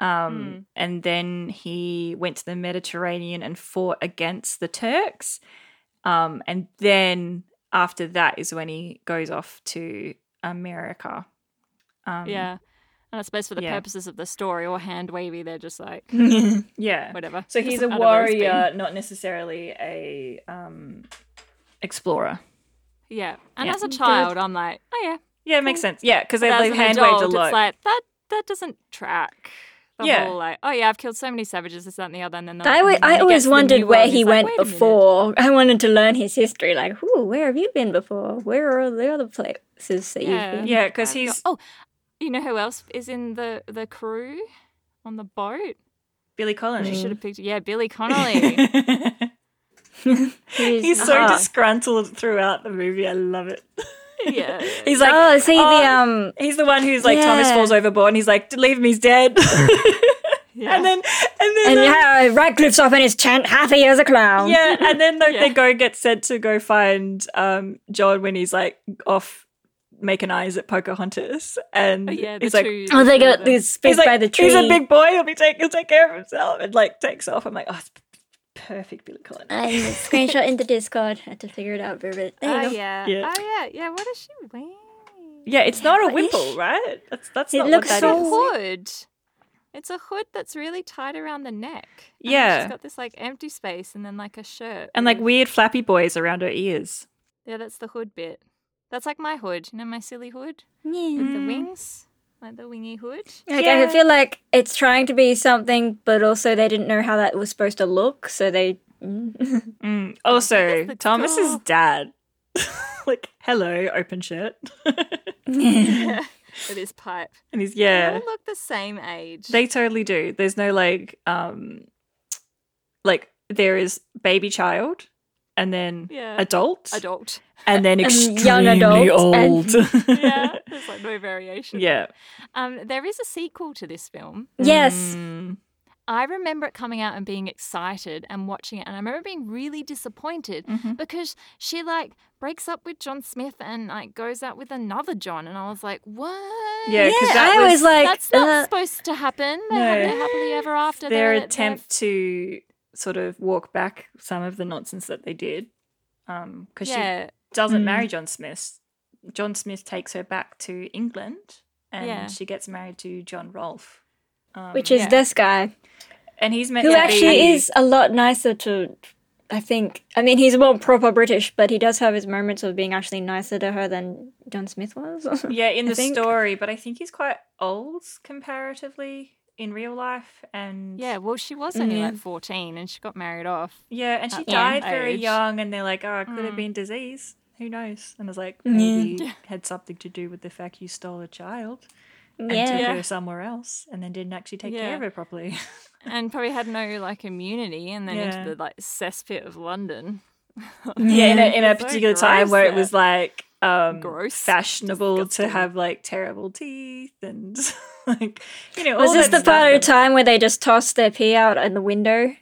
S3: Hmm.
S1: Um, And then he went to the Mediterranean and fought against the Turks. Um, and then after that is when he goes off to America. Um,
S2: Yeah. And I suppose for the
S1: Yeah.
S2: purposes of the story or hand wavy, they're just like
S1: Yeah.
S2: whatever.
S1: So he's a
S2: Doesn't matter where it's been.
S1: warrior, not necessarily a um, explorer.
S2: Yeah. And
S1: Yeah.
S2: as a child, I'm like, oh yeah.
S1: Yeah, it makes sense. Yeah, because they
S2: But as
S1: leave
S2: an
S1: hand
S2: adult,
S1: waved a lot.
S2: It's like that that doesn't track. The
S1: Yeah.
S2: whole like, oh yeah, I've killed so many savages, this, that, and the other, and then the,
S3: I, wa-
S2: and then
S3: I
S2: he gets
S3: always
S2: to the
S3: wondered
S2: New
S3: where
S2: World,
S3: he
S2: he's like,
S3: went
S2: "Wait a minute."
S3: before. I wanted to learn his history. Like, ooh, where have you been before? Where are all the other places that
S2: Yeah.
S3: you've been?
S1: yeah, because
S2: Like,
S1: he's
S2: Oh, you know who else is in the the crew on the boat?
S1: Billy
S2: I
S3: Hmm.
S1: Collins.
S2: should have picked. Yeah, Billy Connolly.
S3: He's,
S1: he's so
S3: uh-huh.
S1: disgruntled throughout the movie. I love it.
S2: yeah.
S1: He's like,
S3: oh, see the
S1: "Oh,
S3: um,
S1: he's the one who's like Thomas
S3: Yeah.
S1: falls overboard, and he's like, "Leave him, he's dead."
S2: Yeah.
S1: And then, and then,
S3: and
S1: um,
S3: yeah, Radcliffe's off in his tent, happy as a clown.
S1: yeah, and then like, they
S2: Yeah.
S1: go get sent to go find um, John when he's like off making eyes at Pocahontas, and
S2: Oh, yeah, the
S1: he's like,
S2: two-
S3: Oh,
S2: the
S3: they
S2: two of
S3: got
S2: them.
S3: these
S1: he's
S3: big
S1: like,
S3: by the tree.
S1: he's a big boy. He'll be take, he'll take care of himself, and like takes off. I'm like, oh, it's p- perfect, Billy Collins.
S3: I screenshot into Discord. I had to figure it out for a bit. There
S1: Ah,
S3: you
S2: Oh
S3: go.
S2: yeah.
S1: Yeah.
S2: Oh yeah. Yeah. What is she wearing?
S1: Yeah, it's not a
S3: What is
S1: wimple, right? That's that's
S3: It
S1: not
S3: looks
S1: what that
S2: It's
S1: is.
S2: a
S3: so-
S2: hood. It's a hood that's really tight around the neck. And then
S1: Yeah.
S2: she's got this like empty space and then like a shirt.
S1: And like
S2: with-
S1: weird flappy boys around her ears.
S2: yeah, that's the hood bit. That's like my hood. You know my silly hood?
S3: Yeah.
S1: Mm.
S2: The wings? Like the wingy hood?
S3: Like, I feel like it's trying to be something, but also they didn't know how that was supposed to look, so they.
S1: Mm. Also,
S2: the
S1: Thomas's
S2: door.
S1: dad. like, hello, open shirt.
S2: With his pipe.
S1: and he's
S2: They
S1: yeah.
S2: all look the same age.
S1: They totally do. There's no like um like there is baby child and then
S2: yeah.
S1: adult
S2: Adult.
S1: and then
S3: and
S1: extremely
S3: young adult and-
S1: old.
S2: Yeah. There's like no variation.
S1: yeah.
S2: Um, there is a sequel to this film.
S3: Yes.
S1: Mm.
S2: I remember it coming out and being excited and watching it. And I remember being really disappointed
S3: Mm-hmm.
S1: Mhm.
S2: because she like breaks up with John Smith and like goes out with another John. And I was like, what?
S1: Yeah, 'cause
S3: yeah,
S1: that
S3: I
S1: was
S3: always like.
S2: That's not
S3: uh,
S2: supposed to happen. They
S1: No.
S2: have their happily ever after.
S1: Their
S2: They're- they're-
S1: attempt to sort of walk back some of the nonsense that they did. Um because she
S2: yeah,
S1: doesn't
S3: Mm.
S1: marry John Smith. John Smith takes her back to England and
S2: Yeah.
S1: she gets married to John Rolfe. Um,
S3: which is
S2: yeah.
S3: this guy,
S1: and he's meant
S3: who
S1: to
S3: actually
S1: be-
S3: is a lot nicer to. I think. I mean, he's more proper British, but he does have his moments of being actually nicer to her than John Smith was.
S1: yeah in
S3: I
S1: the
S3: think-
S1: story but i think he's quite old comparatively in real life and
S2: yeah. Well, she was only
S1: Mm-hmm.
S2: like fourteen and she got married off.
S1: yeah and she
S2: At that
S1: died very
S2: Uh, age. Mm.
S1: young and they're like oh it could have been disease who knows and it's like maybe it had something to do with the fact you stole a child and took
S3: yeah.
S1: her somewhere else and then didn't actually take
S2: Yeah.
S1: care of her properly
S2: and probably had no like immunity and then
S1: Yeah.
S2: into the like cesspit of London.
S1: yeah in a, in a
S2: So
S1: particular
S2: gross,
S1: time where it
S2: yeah.
S1: was like um
S2: Gross.
S1: fashionable
S2: Disgusting.
S1: to have like terrible teeth and like you know
S3: Was
S1: all
S3: this
S1: that
S3: the
S1: stuff
S3: part of
S1: that-
S3: time where they just tossed their pee out in the window?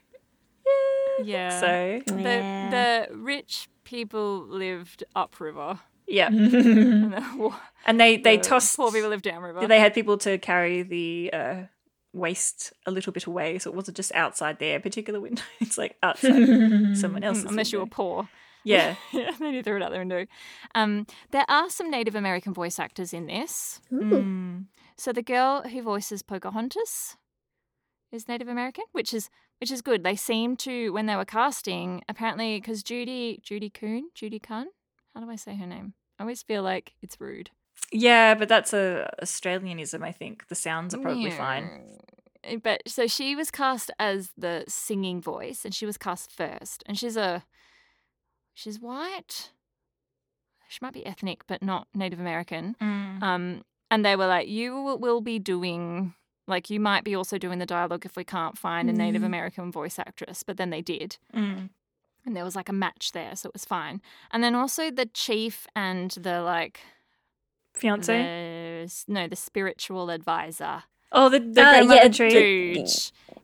S2: Yeah.
S1: so
S2: the
S3: Yeah.
S2: the rich people lived upriver.
S1: yeah
S2: And the, wa-
S1: and they they
S2: the
S1: tossed
S2: poor people lived downriver.
S1: Mm. they had people to carry the uh, waste a little bit away, so it wasn't just outside their particular window. It's like outside someone else's.
S2: Mm, unless you were
S1: window.
S2: poor.
S1: yeah,
S2: yeah, they did throw it out the window. Um, there are some Native American voice actors in this.
S1: Mm.
S2: So the girl who voices Pocahontas is Native American, which is which is good. They seem to when they were casting, apparently because Judy Judy Kuhn Judy Kuhn. How do I say her name? I always feel like it's rude.
S1: yeah, but that's a Australianism. I think the sounds are probably fine.
S2: Yeah. Eh, But so she was cast as the singing voice, and she was cast first, and she's a she's white. She might be ethnic, but not Native American.
S1: Mm.
S2: Um, and they were like, "You will- will be doing." Like you might be also doing the dialogue if we can't find a Native
S3: Mm.
S2: American voice actress, but then they did,
S1: Mm.
S2: and there was like a match there, so it was fine. And then also the chief and the like,
S1: Fiance.
S2: the, s- no, the spiritual advisor
S1: oh, the, the
S3: Uh,
S1: grandmother
S3: yeah,
S1: tree.
S2: dude.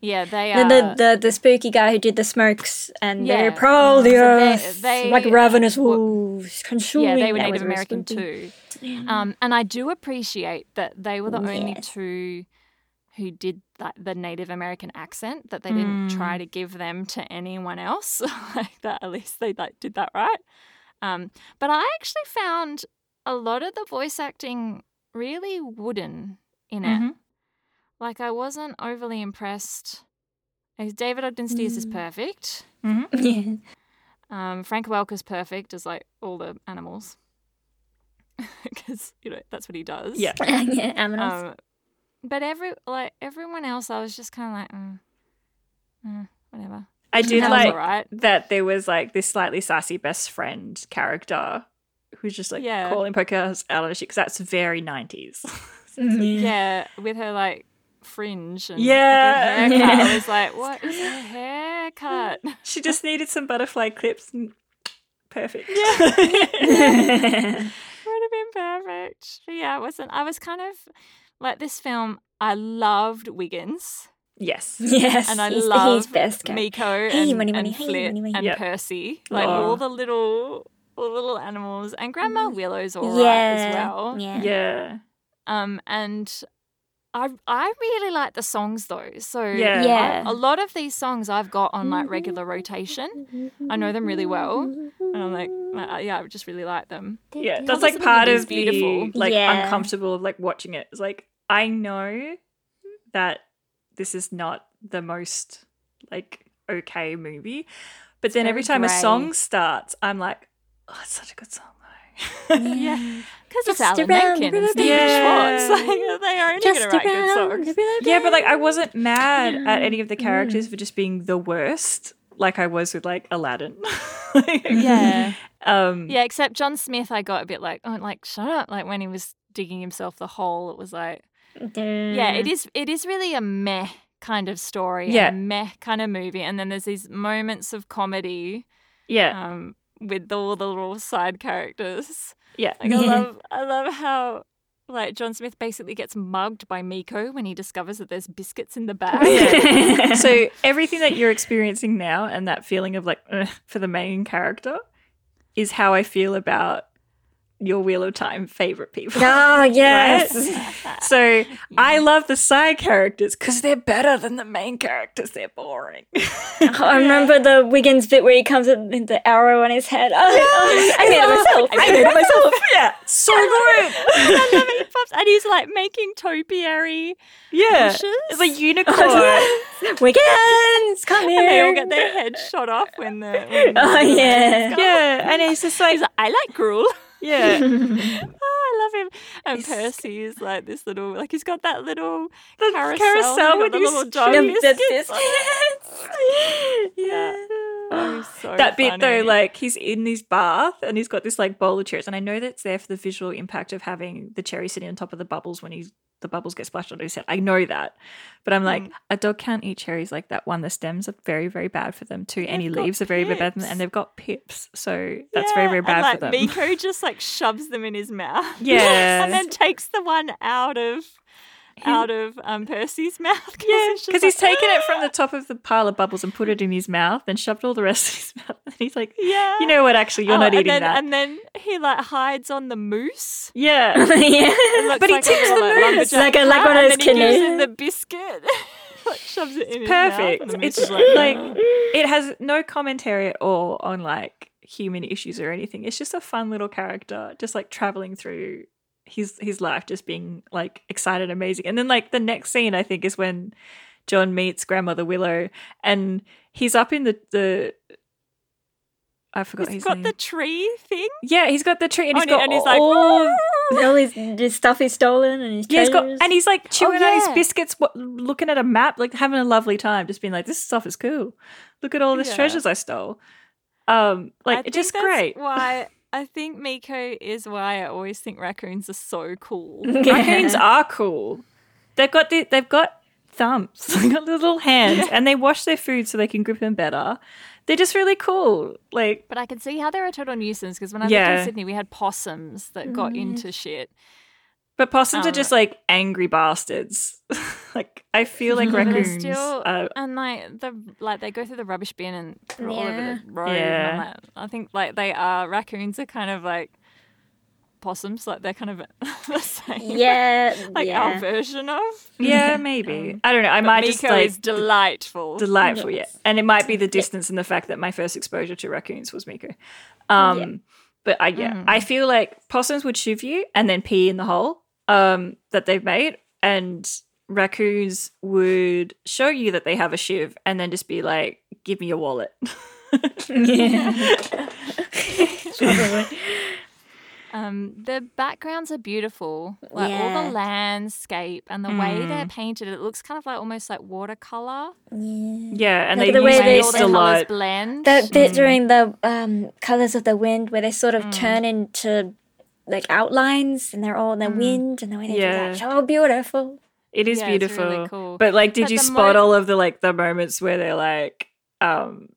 S2: Yeah, they
S3: The,
S2: are.
S3: the, the the spooky guy who did the smokes and they
S2: Yeah.
S3: were prowl the
S2: So they-
S3: earth
S2: they
S3: like ravenous
S2: were-
S3: wolves consuming.
S2: yeah, they were
S3: That
S2: Native
S3: was really
S2: American
S3: spooky.
S2: too. Um, and I do appreciate that they were the only
S3: Yes.
S2: two who did like the Native American accent that they didn't try to give them to anyone else. like that, at least they like did that right. Um, but I actually found a lot of the voice acting really wooden in it.
S1: Mhm.
S2: Like I wasn't overly impressed. Like, David Ogden Stiers is perfect.
S3: Yeah.
S2: Um, Frank Welker's perfect as like all the animals, because you know that's what he does.
S1: Yeah.
S3: yeah, Aminos.
S2: Um, but every like everyone else, I was just kind of like, mm, mm, whatever.
S1: I did
S2: That was
S1: like
S2: alright.
S1: that there was like this slightly sassy best friend character who's just like
S2: Yeah.
S1: calling Pocahontas out on shit because that's very nineties.
S3: Mm.
S2: Yeah, with her like fringe and
S1: Yeah.
S2: like, her haircut. I was like, what is her haircut?
S1: She just needed some butterfly clips and perfect.
S2: would have been perfect. But yeah, it wasn't. I was kind of like this film. I loved Wiggins
S1: yes.
S3: yes,
S2: and I
S3: he's,
S2: love
S3: he's best guy.
S2: Miko
S3: Hey,
S2: and,
S3: money,
S2: and
S3: money, hey,
S2: Flit
S3: money, money.
S2: and
S1: Yep.
S2: Percy, like
S1: Oh.
S2: all the little all the little animals, and Grandma Willow's all right as well.
S3: Mm-hmm. yeah,
S1: Yeah.
S2: Um, and I I really like the songs though. So
S1: Yeah.
S3: Yeah.
S2: a lot of these songs I've got on like regular rotation. I know them really well, and I'm like, uh, yeah, I just really like them.
S1: Yeah,
S2: Tell
S1: that's
S2: us
S1: like
S2: about
S1: part
S2: these
S1: of
S2: beautiful-
S1: the like
S3: Yeah.
S1: uncomfortable of like watching it. It's like I know that this is not the most like okay movie, but then every
S2: very
S1: time a
S2: grey.
S1: song starts, I'm like, oh, it's such a good song though.
S2: yeah, because it's
S3: Just
S2: Alan
S3: around
S2: Menken
S3: the
S2: and Stephen
S1: Yeah.
S2: Schwartz. Like, they are only going to
S3: Just
S2: write good
S3: around
S2: songs.
S3: the river
S1: Yeah, but like I wasn't mad at any of the
S2: Mm.
S1: characters for just being the worst, like I was with like Aladdin.
S2: Yeah.
S1: Um
S2: Yeah, except John Smith, I got a bit like, oh, like shut up! Like when he was digging himself the hole, it was like,
S3: Dun.
S2: yeah, it is. It is really a meh kind of story, and
S1: Yeah.
S2: a meh kind of movie, and then there's these moments of comedy
S1: yeah.
S2: um, with all the little side characters.
S1: Yeah.
S2: Like I
S3: Yeah.
S2: love, I love how like John Smith basically gets mugged by Miko when he discovers that there's biscuits in the bag.
S1: Yeah. so everything that you're experiencing now and that feeling of like "Ugh," for the main character is how I feel about your Wheel of Time favorite people.
S3: Oh, yes.
S1: So I love the side characters because they're better than the main characters. They're boring.
S3: I remember the Wiggins bit where he comes with the arrow on his head. Oh, oh, I made it myself. I made it myself.
S1: yeah, so good.
S2: Pops- and he's like making topiary.
S1: Yeah,
S2: Bushes?
S1: it's a unicorn.
S3: Wiggins, come here.
S2: They all get their head shot off when the. When the
S3: Oh, yeah.
S1: yeah, and he's just like
S2: He's like, I like gruel.
S1: yeah,
S2: Oh, I love him. And Percy is like this little, like he's got that little carousel,
S1: carousel
S2: carousel
S1: with
S2: with the
S1: his
S2: little
S1: string
S2: dog.
S1: of
S2: biscuit.
S3: biscuits.
S1: yeah.
S2: Oh, he's so
S1: That bit though,
S2: funny.
S1: like he's in his bath and he's got this like bowl of cherries, and I know that's there for the visual impact of having the cherry sitting on top of the bubbles when he's the bubbles get splashed onto his head. I know that, but I'm
S2: Mm.
S1: like, a dog can't eat cherries like that. One, the stems are very, very bad for them. 2 any
S2: got
S1: leaves are very, very bad, for them,
S2: pips.
S1: and they've got pips, so that's very,
S2: Yeah,
S1: very bad
S2: and,
S1: for
S2: like,
S1: them.
S2: Miko just like shoves them in his mouth.
S1: Yeah.
S2: and then takes the one out of out of um, Percy's mouth. Yeah,
S1: Because he's
S2: "Ah!"
S1: taken it from the top of the pile of bubbles and put it in his mouth, and shoved all the rest of his mouth, and he's like,
S2: Yeah.
S1: you know what? Actually, you're not
S2: "Oh," and
S1: eating
S2: then,
S1: that."
S2: And then he like hides on the moose.
S1: yeah.
S3: yeah.
S2: Looks
S1: But he
S2: a
S1: tips
S2: little,
S1: the moose.
S2: lumberjack
S3: Like a- like
S2: hat,
S3: one of
S2: and
S3: those
S2: then he gives
S3: canoes.
S2: him the biscuit. like shoves it in his mouth, and
S1: perfect.
S2: the
S1: It's
S2: moose is
S1: like,
S2: "Ugh."
S1: it has no commentary at all on like human issues or anything. It's just a fun little character, just like traveling through his his life, just being like excited, amazing. And then like the next scene, I think, is when John meets grandmother Willow, and he's up in the the. I forgot
S2: He's
S1: his
S2: got
S1: name.
S2: the tree thing.
S1: yeah, he's got the tree, and he's
S2: on it,
S1: got
S2: and he's like,
S1: all. of-
S3: All his, his stuff is stolen and his
S1: yeah, he's got,
S3: treasures.
S1: and he's like chewing on his
S2: Oh, yeah.
S1: biscuits, what, looking at a map, like having a lovely time, just being like, "This stuff is cool. Look at all this
S2: Yeah.
S1: treasures I stole." Um,
S2: I
S1: like
S2: think
S1: it's just
S2: that's
S1: great.
S2: Why I think Miko is why I always think raccoons are so cool.
S3: Yeah.
S1: Raccoons are cool. They've got the, they've got thumbs, they've got little hands, and they wash their food so they can grip them better. They're just really cool. Like
S2: But I can see how they're a total nuisance because when I lived
S1: Yeah.
S2: in Sydney, we had possums that got into shit.
S1: But possums are
S2: Um,
S1: just like angry bastards. like I feel like
S2: But they're
S1: raccoons.
S2: still,
S1: are,
S2: and like the like they go through the rubbish bin and they're all over the road.
S1: Yeah.
S2: And I'm like, I think like they are raccoons are kind of like possums, like they're kind of the same.
S3: Yeah.
S2: Like
S3: yeah.
S2: our version of.
S1: yeah, maybe. I don't know. I might
S2: um, Miko
S1: just like
S2: is delightful.
S1: delightful, yeah. And it might be the distance and the fact that my first exposure to raccoons was Miko. Um, But I, yeah, I feel like possums would shiv you and then pee in the hole um, that they've made, and raccoons would show you that they have a shiv and then just be like, "Give me your wallet."
S2: Um, the backgrounds are beautiful. Like all
S3: Yeah.
S2: the landscape and the
S1: Hmm.
S2: way they're painted, it looks kind of like almost like watercolor.
S1: yeah, and
S3: Like
S1: they
S3: the way
S1: use
S3: they-
S2: all
S1: mist
S2: the
S1: a
S2: colors
S1: lot.
S2: blend.
S3: That bit during the um, colors of the wind, where they sort
S1: Mm.
S3: of turn into like outlines, and they're all in the wind, and the way they
S1: Mm. Yeah.
S3: do that, so beautiful.
S1: It is
S2: Yeah, it's
S1: beautiful.
S2: really cool.
S1: But like, did
S2: But
S1: you
S2: the
S1: spot
S2: mo-
S1: all of the like the moments where they're like, um,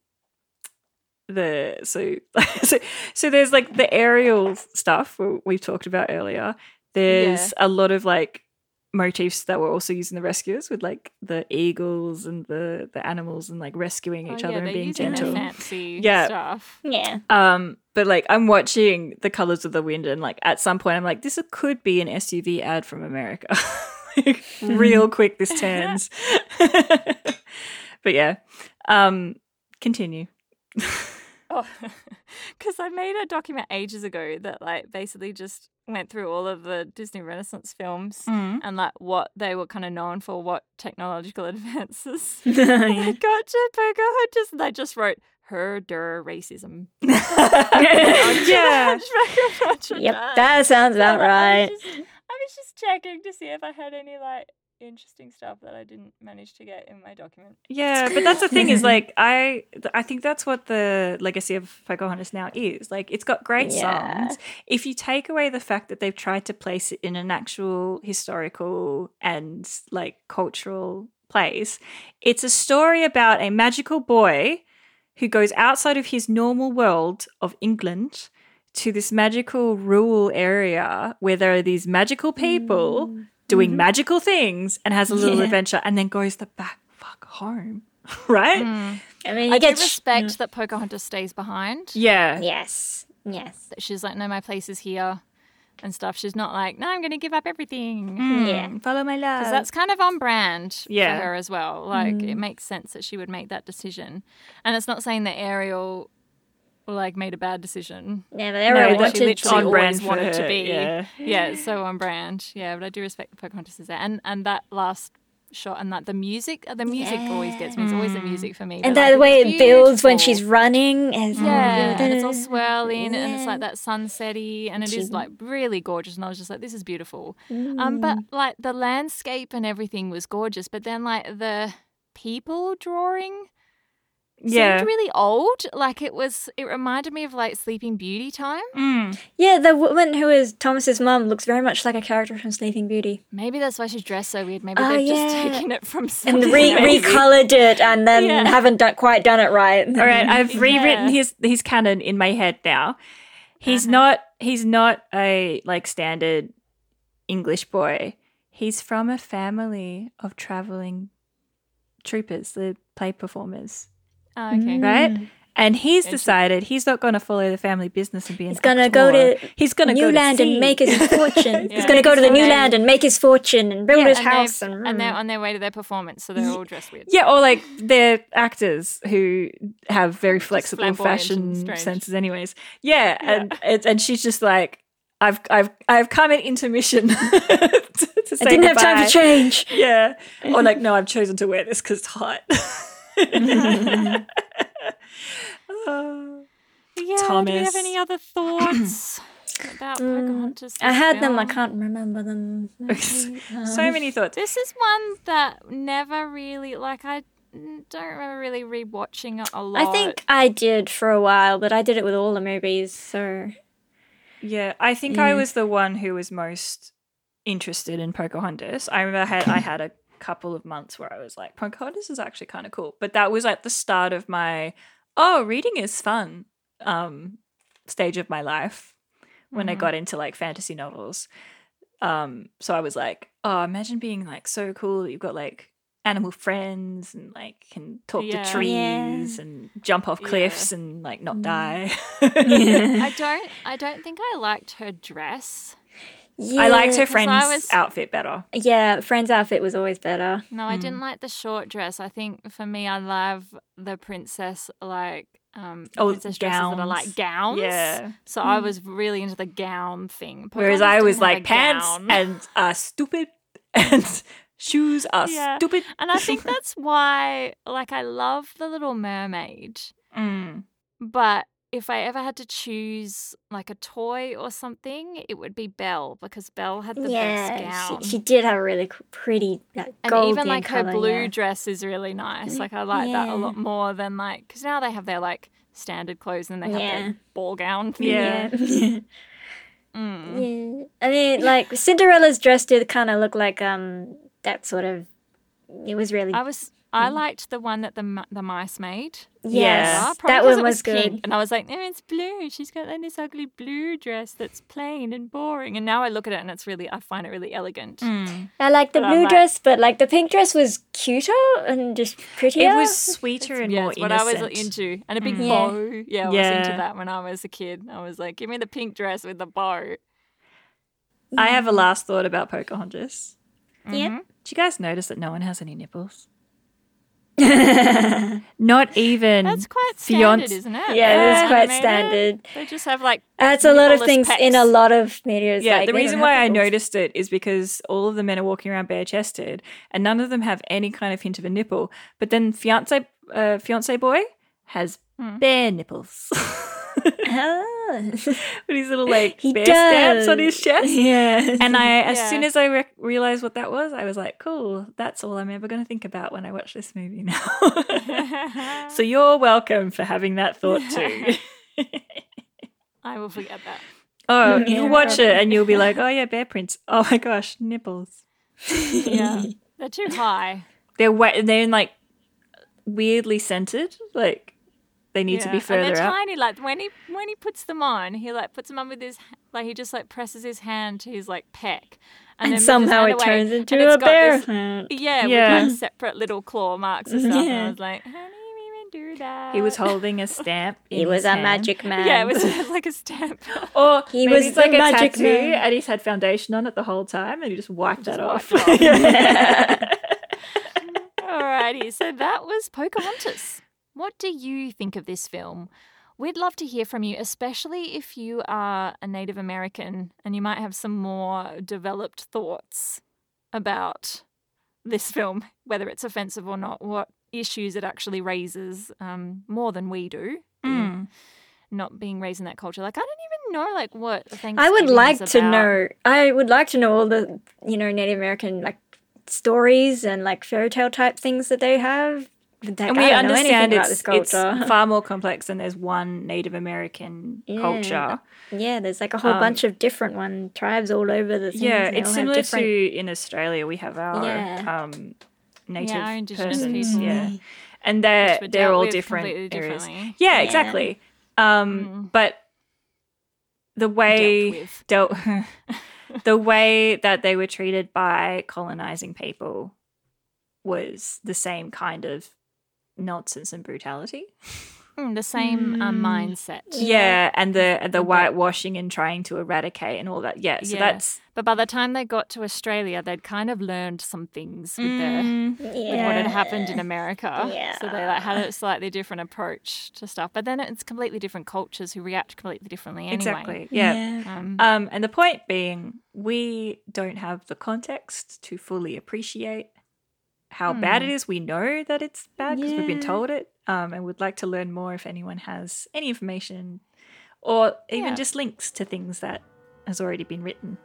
S1: the so so so there's like the aerial stuff we- we've talked about earlier. There's a lot of like motifs that were also used in the rescuers with like the eagles and the the animals and like rescuing
S2: Oh,
S1: each
S2: yeah,
S1: other
S2: they're
S1: and being
S2: using the
S1: gentle.
S2: fancy
S1: Yeah.
S2: stuff.
S3: Yeah.
S1: Um, but like I'm watching the colors of the wind, and like at some point I'm like, this could be an SUV ad from America. Like, Real quick, this turns. but yeah, um, continue.
S2: Oh, because I made a document ages ago that like basically just went through all of the Disney Renaissance films
S1: Mm.
S2: and like what they were kind of known for, what technological advances. I got to Pocahontas, and I just wrote herder racism. Oh,
S1: yeah.
S3: Yep, that sounds about
S2: I
S3: right.
S2: was, just, I was just checking to see if I had any like interesting stuff that I didn't manage to get in my document.
S1: Yeah, but that's the thing is like I th- I think that's what the legacy of Pocahontas now is. Like it's got great
S3: Yeah.
S1: songs. If you take away the fact that they've tried to place it in an actual historical and like cultural place, it's a story about a magical boy who goes outside of his normal world of England to this magical rural area where there are these magical people doing magical things and has a little
S3: Mm. Mm-hmm. Yeah.
S1: adventure and then goes the back fuck home. right?
S3: I mean, you
S2: I do
S3: get sh-
S2: respect that Pocahontas stays behind.
S1: Yeah.
S3: yes, yes,
S2: That she's like, no, my place is here and stuff. She's not like, no, I'm going to give up everything.
S3: yeah.
S1: Follow my love.
S2: 'Cause that's kind of on brand
S1: Yeah.
S2: for her as well. Like
S3: Mm.
S2: it makes sense that she would make that decision. And it's not saying that Ariel like made a bad decision.
S3: Yeah, but
S1: No,
S3: everyone
S1: that
S2: what she
S3: wanted
S2: literally
S1: on
S3: to.
S1: brand
S2: always
S1: for
S2: wanted to
S1: her,
S2: be.
S1: yeah.
S2: it's so on brand. Yeah, but I do respect the Pocahontas is there. And and that last shot and that the music uh, the music always gets me. It's always the music for me.
S3: And
S2: that,
S3: the
S2: like,
S3: way
S2: it's
S3: it builds when she's
S2: beautiful.
S3: running, is
S2: Yeah, and it's all swirling and it's
S3: Yeah.
S2: like that sunsetty and it is like really gorgeous. And I was just like, this is beautiful.
S3: Mm.
S2: Um, but like the landscape and everything was gorgeous, but then like the people drawing
S1: yeah.
S2: seemed really old. Like it was, it reminded me of like Sleeping Beauty time.
S1: Mm.
S3: yeah, the woman who is Thomas's mum looks very much like a character from Sleeping Beauty,
S2: Maybe that's why she's dressed so weird. Maybe
S3: Oh,
S2: they've just
S3: yeah.
S2: taken it from
S3: and
S2: something.
S3: re-
S2: else.
S3: recolored it, and then
S2: Yeah.
S3: haven't done, quite done it right.
S1: All right, I've rewritten
S2: Yeah.
S1: his his canon in my head now. He's
S3: Uh-huh.
S1: not he's not a like standard English boy. He's from a family of traveling troopers, the play performers,
S2: Oh,
S3: Mm-hmm.
S2: okay.
S3: Hmm.
S1: right? And he's decided he's not going to follow the family business and be an
S3: He's gonna
S1: actor.
S3: go to
S1: he's going to go
S3: New
S1: to
S3: land
S1: sea.
S3: and make his fortune. He's going to
S2: Yeah.
S3: go to the new
S2: Okay.
S3: land and make his fortune and build
S1: Yeah,
S3: his
S2: And,
S3: house.
S2: they've-
S3: And, mm.
S2: and they're on their way to their performance, so they're all dressed weird.
S1: Yeah, or like they're actors who have very flexible
S2: flamboyant and
S1: fashion
S2: strange.
S1: senses, anyways. Yeah, and it's, and she's just like, I've I've I've come at intermission to, to say
S3: I didn't have time
S1: goodbye.
S3: for change.
S1: Yeah, or like, no, I've chosen to wear this because it's hot.
S2: Yeah, do we
S1: Thomas.
S2: have any other thoughts about Pocahontas?
S3: Mm. I
S2: the
S3: had them. I
S2: film?
S3: can't remember them.
S1: so many thoughts.
S2: This is one that never really like I n- don't remember really rewatching it a lot.
S3: I think I did for a while, but I did it with all the movies. So
S1: Yeah, I think I was the one who was most interested in Pocahontas. I remember I had I had a couple of months where I was like, Pocahontas is actually kind of cool, but that was at the start of my oh, reading is fun um, stage of my life when I got into like fantasy novels. Um, so I was like, oh, imagine being like so cool that you've got like animal friends and like can talk
S2: Yeah.
S1: to
S3: Yeah.
S1: trees and jump off cliffs and like not die.
S2: I don't. I don't think I liked her dress.
S3: yeah,
S1: I liked her
S2: 'cause I
S1: friend's
S2: was-
S1: outfit better.
S3: Yeah, Friend's outfit was always better.
S2: No, I
S3: Mm.
S2: didn't like the short dress. I think for me, I love the princess like um the
S1: Oh,
S2: princess dresses that are like
S1: gowns.
S2: gowns.
S1: Yeah.
S2: So I was really into the gown thing.
S1: Whereas
S2: Pocahontas
S1: I
S2: didn't
S1: was
S2: have a
S1: like, pants
S2: gown."
S1: and are stupid and shoes are
S2: Yeah.
S1: stupid.
S2: and I think that's why, like, I love the Little Mermaid.
S1: Mm.
S2: but if I ever had to choose like a toy or something, it would be Belle because Belle had the best
S3: yeah,
S2: gown.
S3: she, she did have a really c- pretty like,
S2: and
S3: golden
S2: even like
S3: color,
S2: her blue
S3: yeah.
S2: dress is really nice. Like I like that a lot more than like because now they have their like standard clothes and they have
S3: Yeah.
S2: their ball gown thing.
S1: Yeah.
S3: yeah. Mm-hmm.
S2: Mm.
S3: Yeah. I mean, like Cinderella's dress did kind of look like um that sort of. It was really
S2: I was I liked the one that the mi- the mice made.
S1: Yes.
S2: Ah,
S3: yes,
S2: probably
S3: that
S2: 'cause
S3: one
S2: it
S3: was
S2: Pink,
S3: good.
S2: and I was like, no, it's blue. She's got like this ugly blue dress that's plain and boring. And now I look at it and it's really I find it really elegant.
S3: Mm. I like the
S2: But I
S3: blue
S2: like-
S3: dress, but like the pink dress was cuter and just prettier.
S1: It was sweeter and
S2: yeah,
S1: more
S2: it's what
S1: innocent.
S2: I was into. And a big
S3: Mm. Yeah.
S2: bow. Yeah, I was
S1: Yeah.
S2: into that when I was a kid. I was like, give me the pink dress with the bow.
S1: I have
S2: Mm-hmm.
S1: a last thought about Pocahontas.
S3: yeah.
S1: Did you guys notice that no one has any nipples? Not even
S2: That's quite
S1: fiance-
S2: standard, isn't it?
S3: Mm. Yeah, it was quite
S2: Animated.
S3: standard.
S2: They just have like
S3: That's a lot of
S2: nippleless
S3: things
S2: pecs.
S3: in a lot of meters.
S1: Yeah,
S3: like,
S1: the
S3: they don't
S1: reason
S3: have
S1: why I
S3: nipples.
S1: noticed it is because all of the men are walking around bare chested, and none of them have any kind of hint of a nipple. But then fiance, uh, fiance boy has
S3: Hmm.
S1: bare nipples.
S3: Oh.
S1: With his little like
S3: He
S1: bare stamps on his chest.
S3: yeah.
S1: And I, as soon
S2: Yeah.
S1: as I re- realized what that was, I was like, cool, that's all I'm ever going to think about when I watch this movie now. so you're welcome for having that thought too.
S2: I will forget that.
S1: oh,
S3: Yeah,
S1: you'll watch it and you'll be like, oh yeah, bear prints. Oh my gosh, nipples.
S2: Yeah. They're too high.
S1: They're wet. They're like weirdly centered. Like they need to
S2: Yeah.
S1: be
S2: And
S1: further
S2: they're
S1: out.
S2: tiny. Like when he when he puts them on, he like puts them on with his like he just like presses his hand to his like pec, then
S3: And,
S2: moves his
S3: somehow
S2: hand
S3: it
S2: away,
S3: turns
S2: and
S3: into
S2: it's
S3: a
S2: got
S3: bear.
S2: this- yeah,
S1: Yeah.
S2: with like separate little claw marks and stuff. And
S3: Yeah.
S2: I was like, how do you even do that?
S1: He was holding a stamp. in
S3: He was
S1: his
S3: a
S1: hand.
S3: magic man.
S2: Yeah, it was just like a stamp.
S1: Or
S3: He
S1: maybe
S3: was
S1: it's like
S3: the
S1: a
S3: magic
S1: tattoo,
S3: man.
S1: and he's had foundation on it the whole time, and he just wiped that off.
S2: wiped it
S1: Yeah.
S2: Alrighty, so that was Pocahontas. What do you think of this film? We'd love to hear from you, especially if you are a Native American and you might have some more developed thoughts about this film, whether it's offensive or not, what issues it actually raises um, more than we do.
S1: Mm.
S2: being- Not being raised in that culture, like I don't even know, like what. Thanksgiving
S3: I would
S2: is
S3: like to
S2: about.
S3: know. I would like to know all the you know Native American like stories and like fairy tale type things that they have. But, like,
S1: And
S3: I
S1: we
S3: don't know anything
S1: understand
S3: about
S1: it's,
S3: this culture.
S1: it's far more complex than there's one Native American
S3: Yeah.
S1: culture.
S3: yeah, there's like a whole
S1: um,
S3: bunch of different one tribes all over the. Things
S1: Yeah,
S3: and they
S1: it's
S3: all have
S1: similar
S3: different-
S1: to in Australia we have our
S3: Yeah.
S1: um, native
S2: our Indigenous
S1: persons,
S2: people.
S1: yeah, and they're
S2: Which we're
S1: they're
S2: dealt
S1: all
S2: with
S1: different
S2: completely
S1: areas.
S2: differently.
S1: Yeah,
S3: Yeah.
S1: exactly. Um, But the way
S2: with.
S1: dealt, the way that they were treated by colonizing people was the same kind of nonsense and brutality.
S2: Mm, the same uh,
S3: Mm.
S2: mindset.
S1: Yeah, and the and the
S2: Okay.
S1: whitewashing and trying to eradicate and all that. Yeah, so
S2: Yeah.
S1: that's
S2: But by the time they got to Australia, they'd kind of learned some things with,
S1: Mm,
S2: the,
S3: Yeah.
S2: with what had happened in America. So they like had a slightly different approach to stuff. But then it's completely different cultures who react completely differently anyway.
S1: exactly. Yeah.
S2: Um,
S1: Um, and the point being, we don't have the context to fully appreciate how bad it is. We know that it's bad because we've been
S3: Yeah.
S1: told it, um, and would like to learn more if anyone has any information or even
S2: Yeah.
S1: just links to things that has already been written.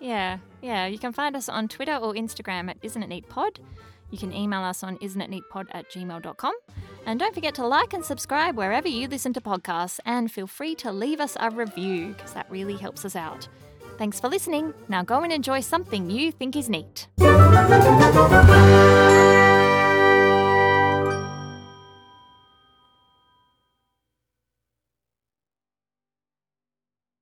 S2: yeah, yeah. You can find us on Twitter or Instagram at Isn't It Neat Pod. You can email us on isn'titneatpod at gmail.com. And don't forget to like and subscribe wherever you listen to podcasts. And feel free to leave us a review because that really helps us out. Thanks for listening. Now go and enjoy something you think is neat.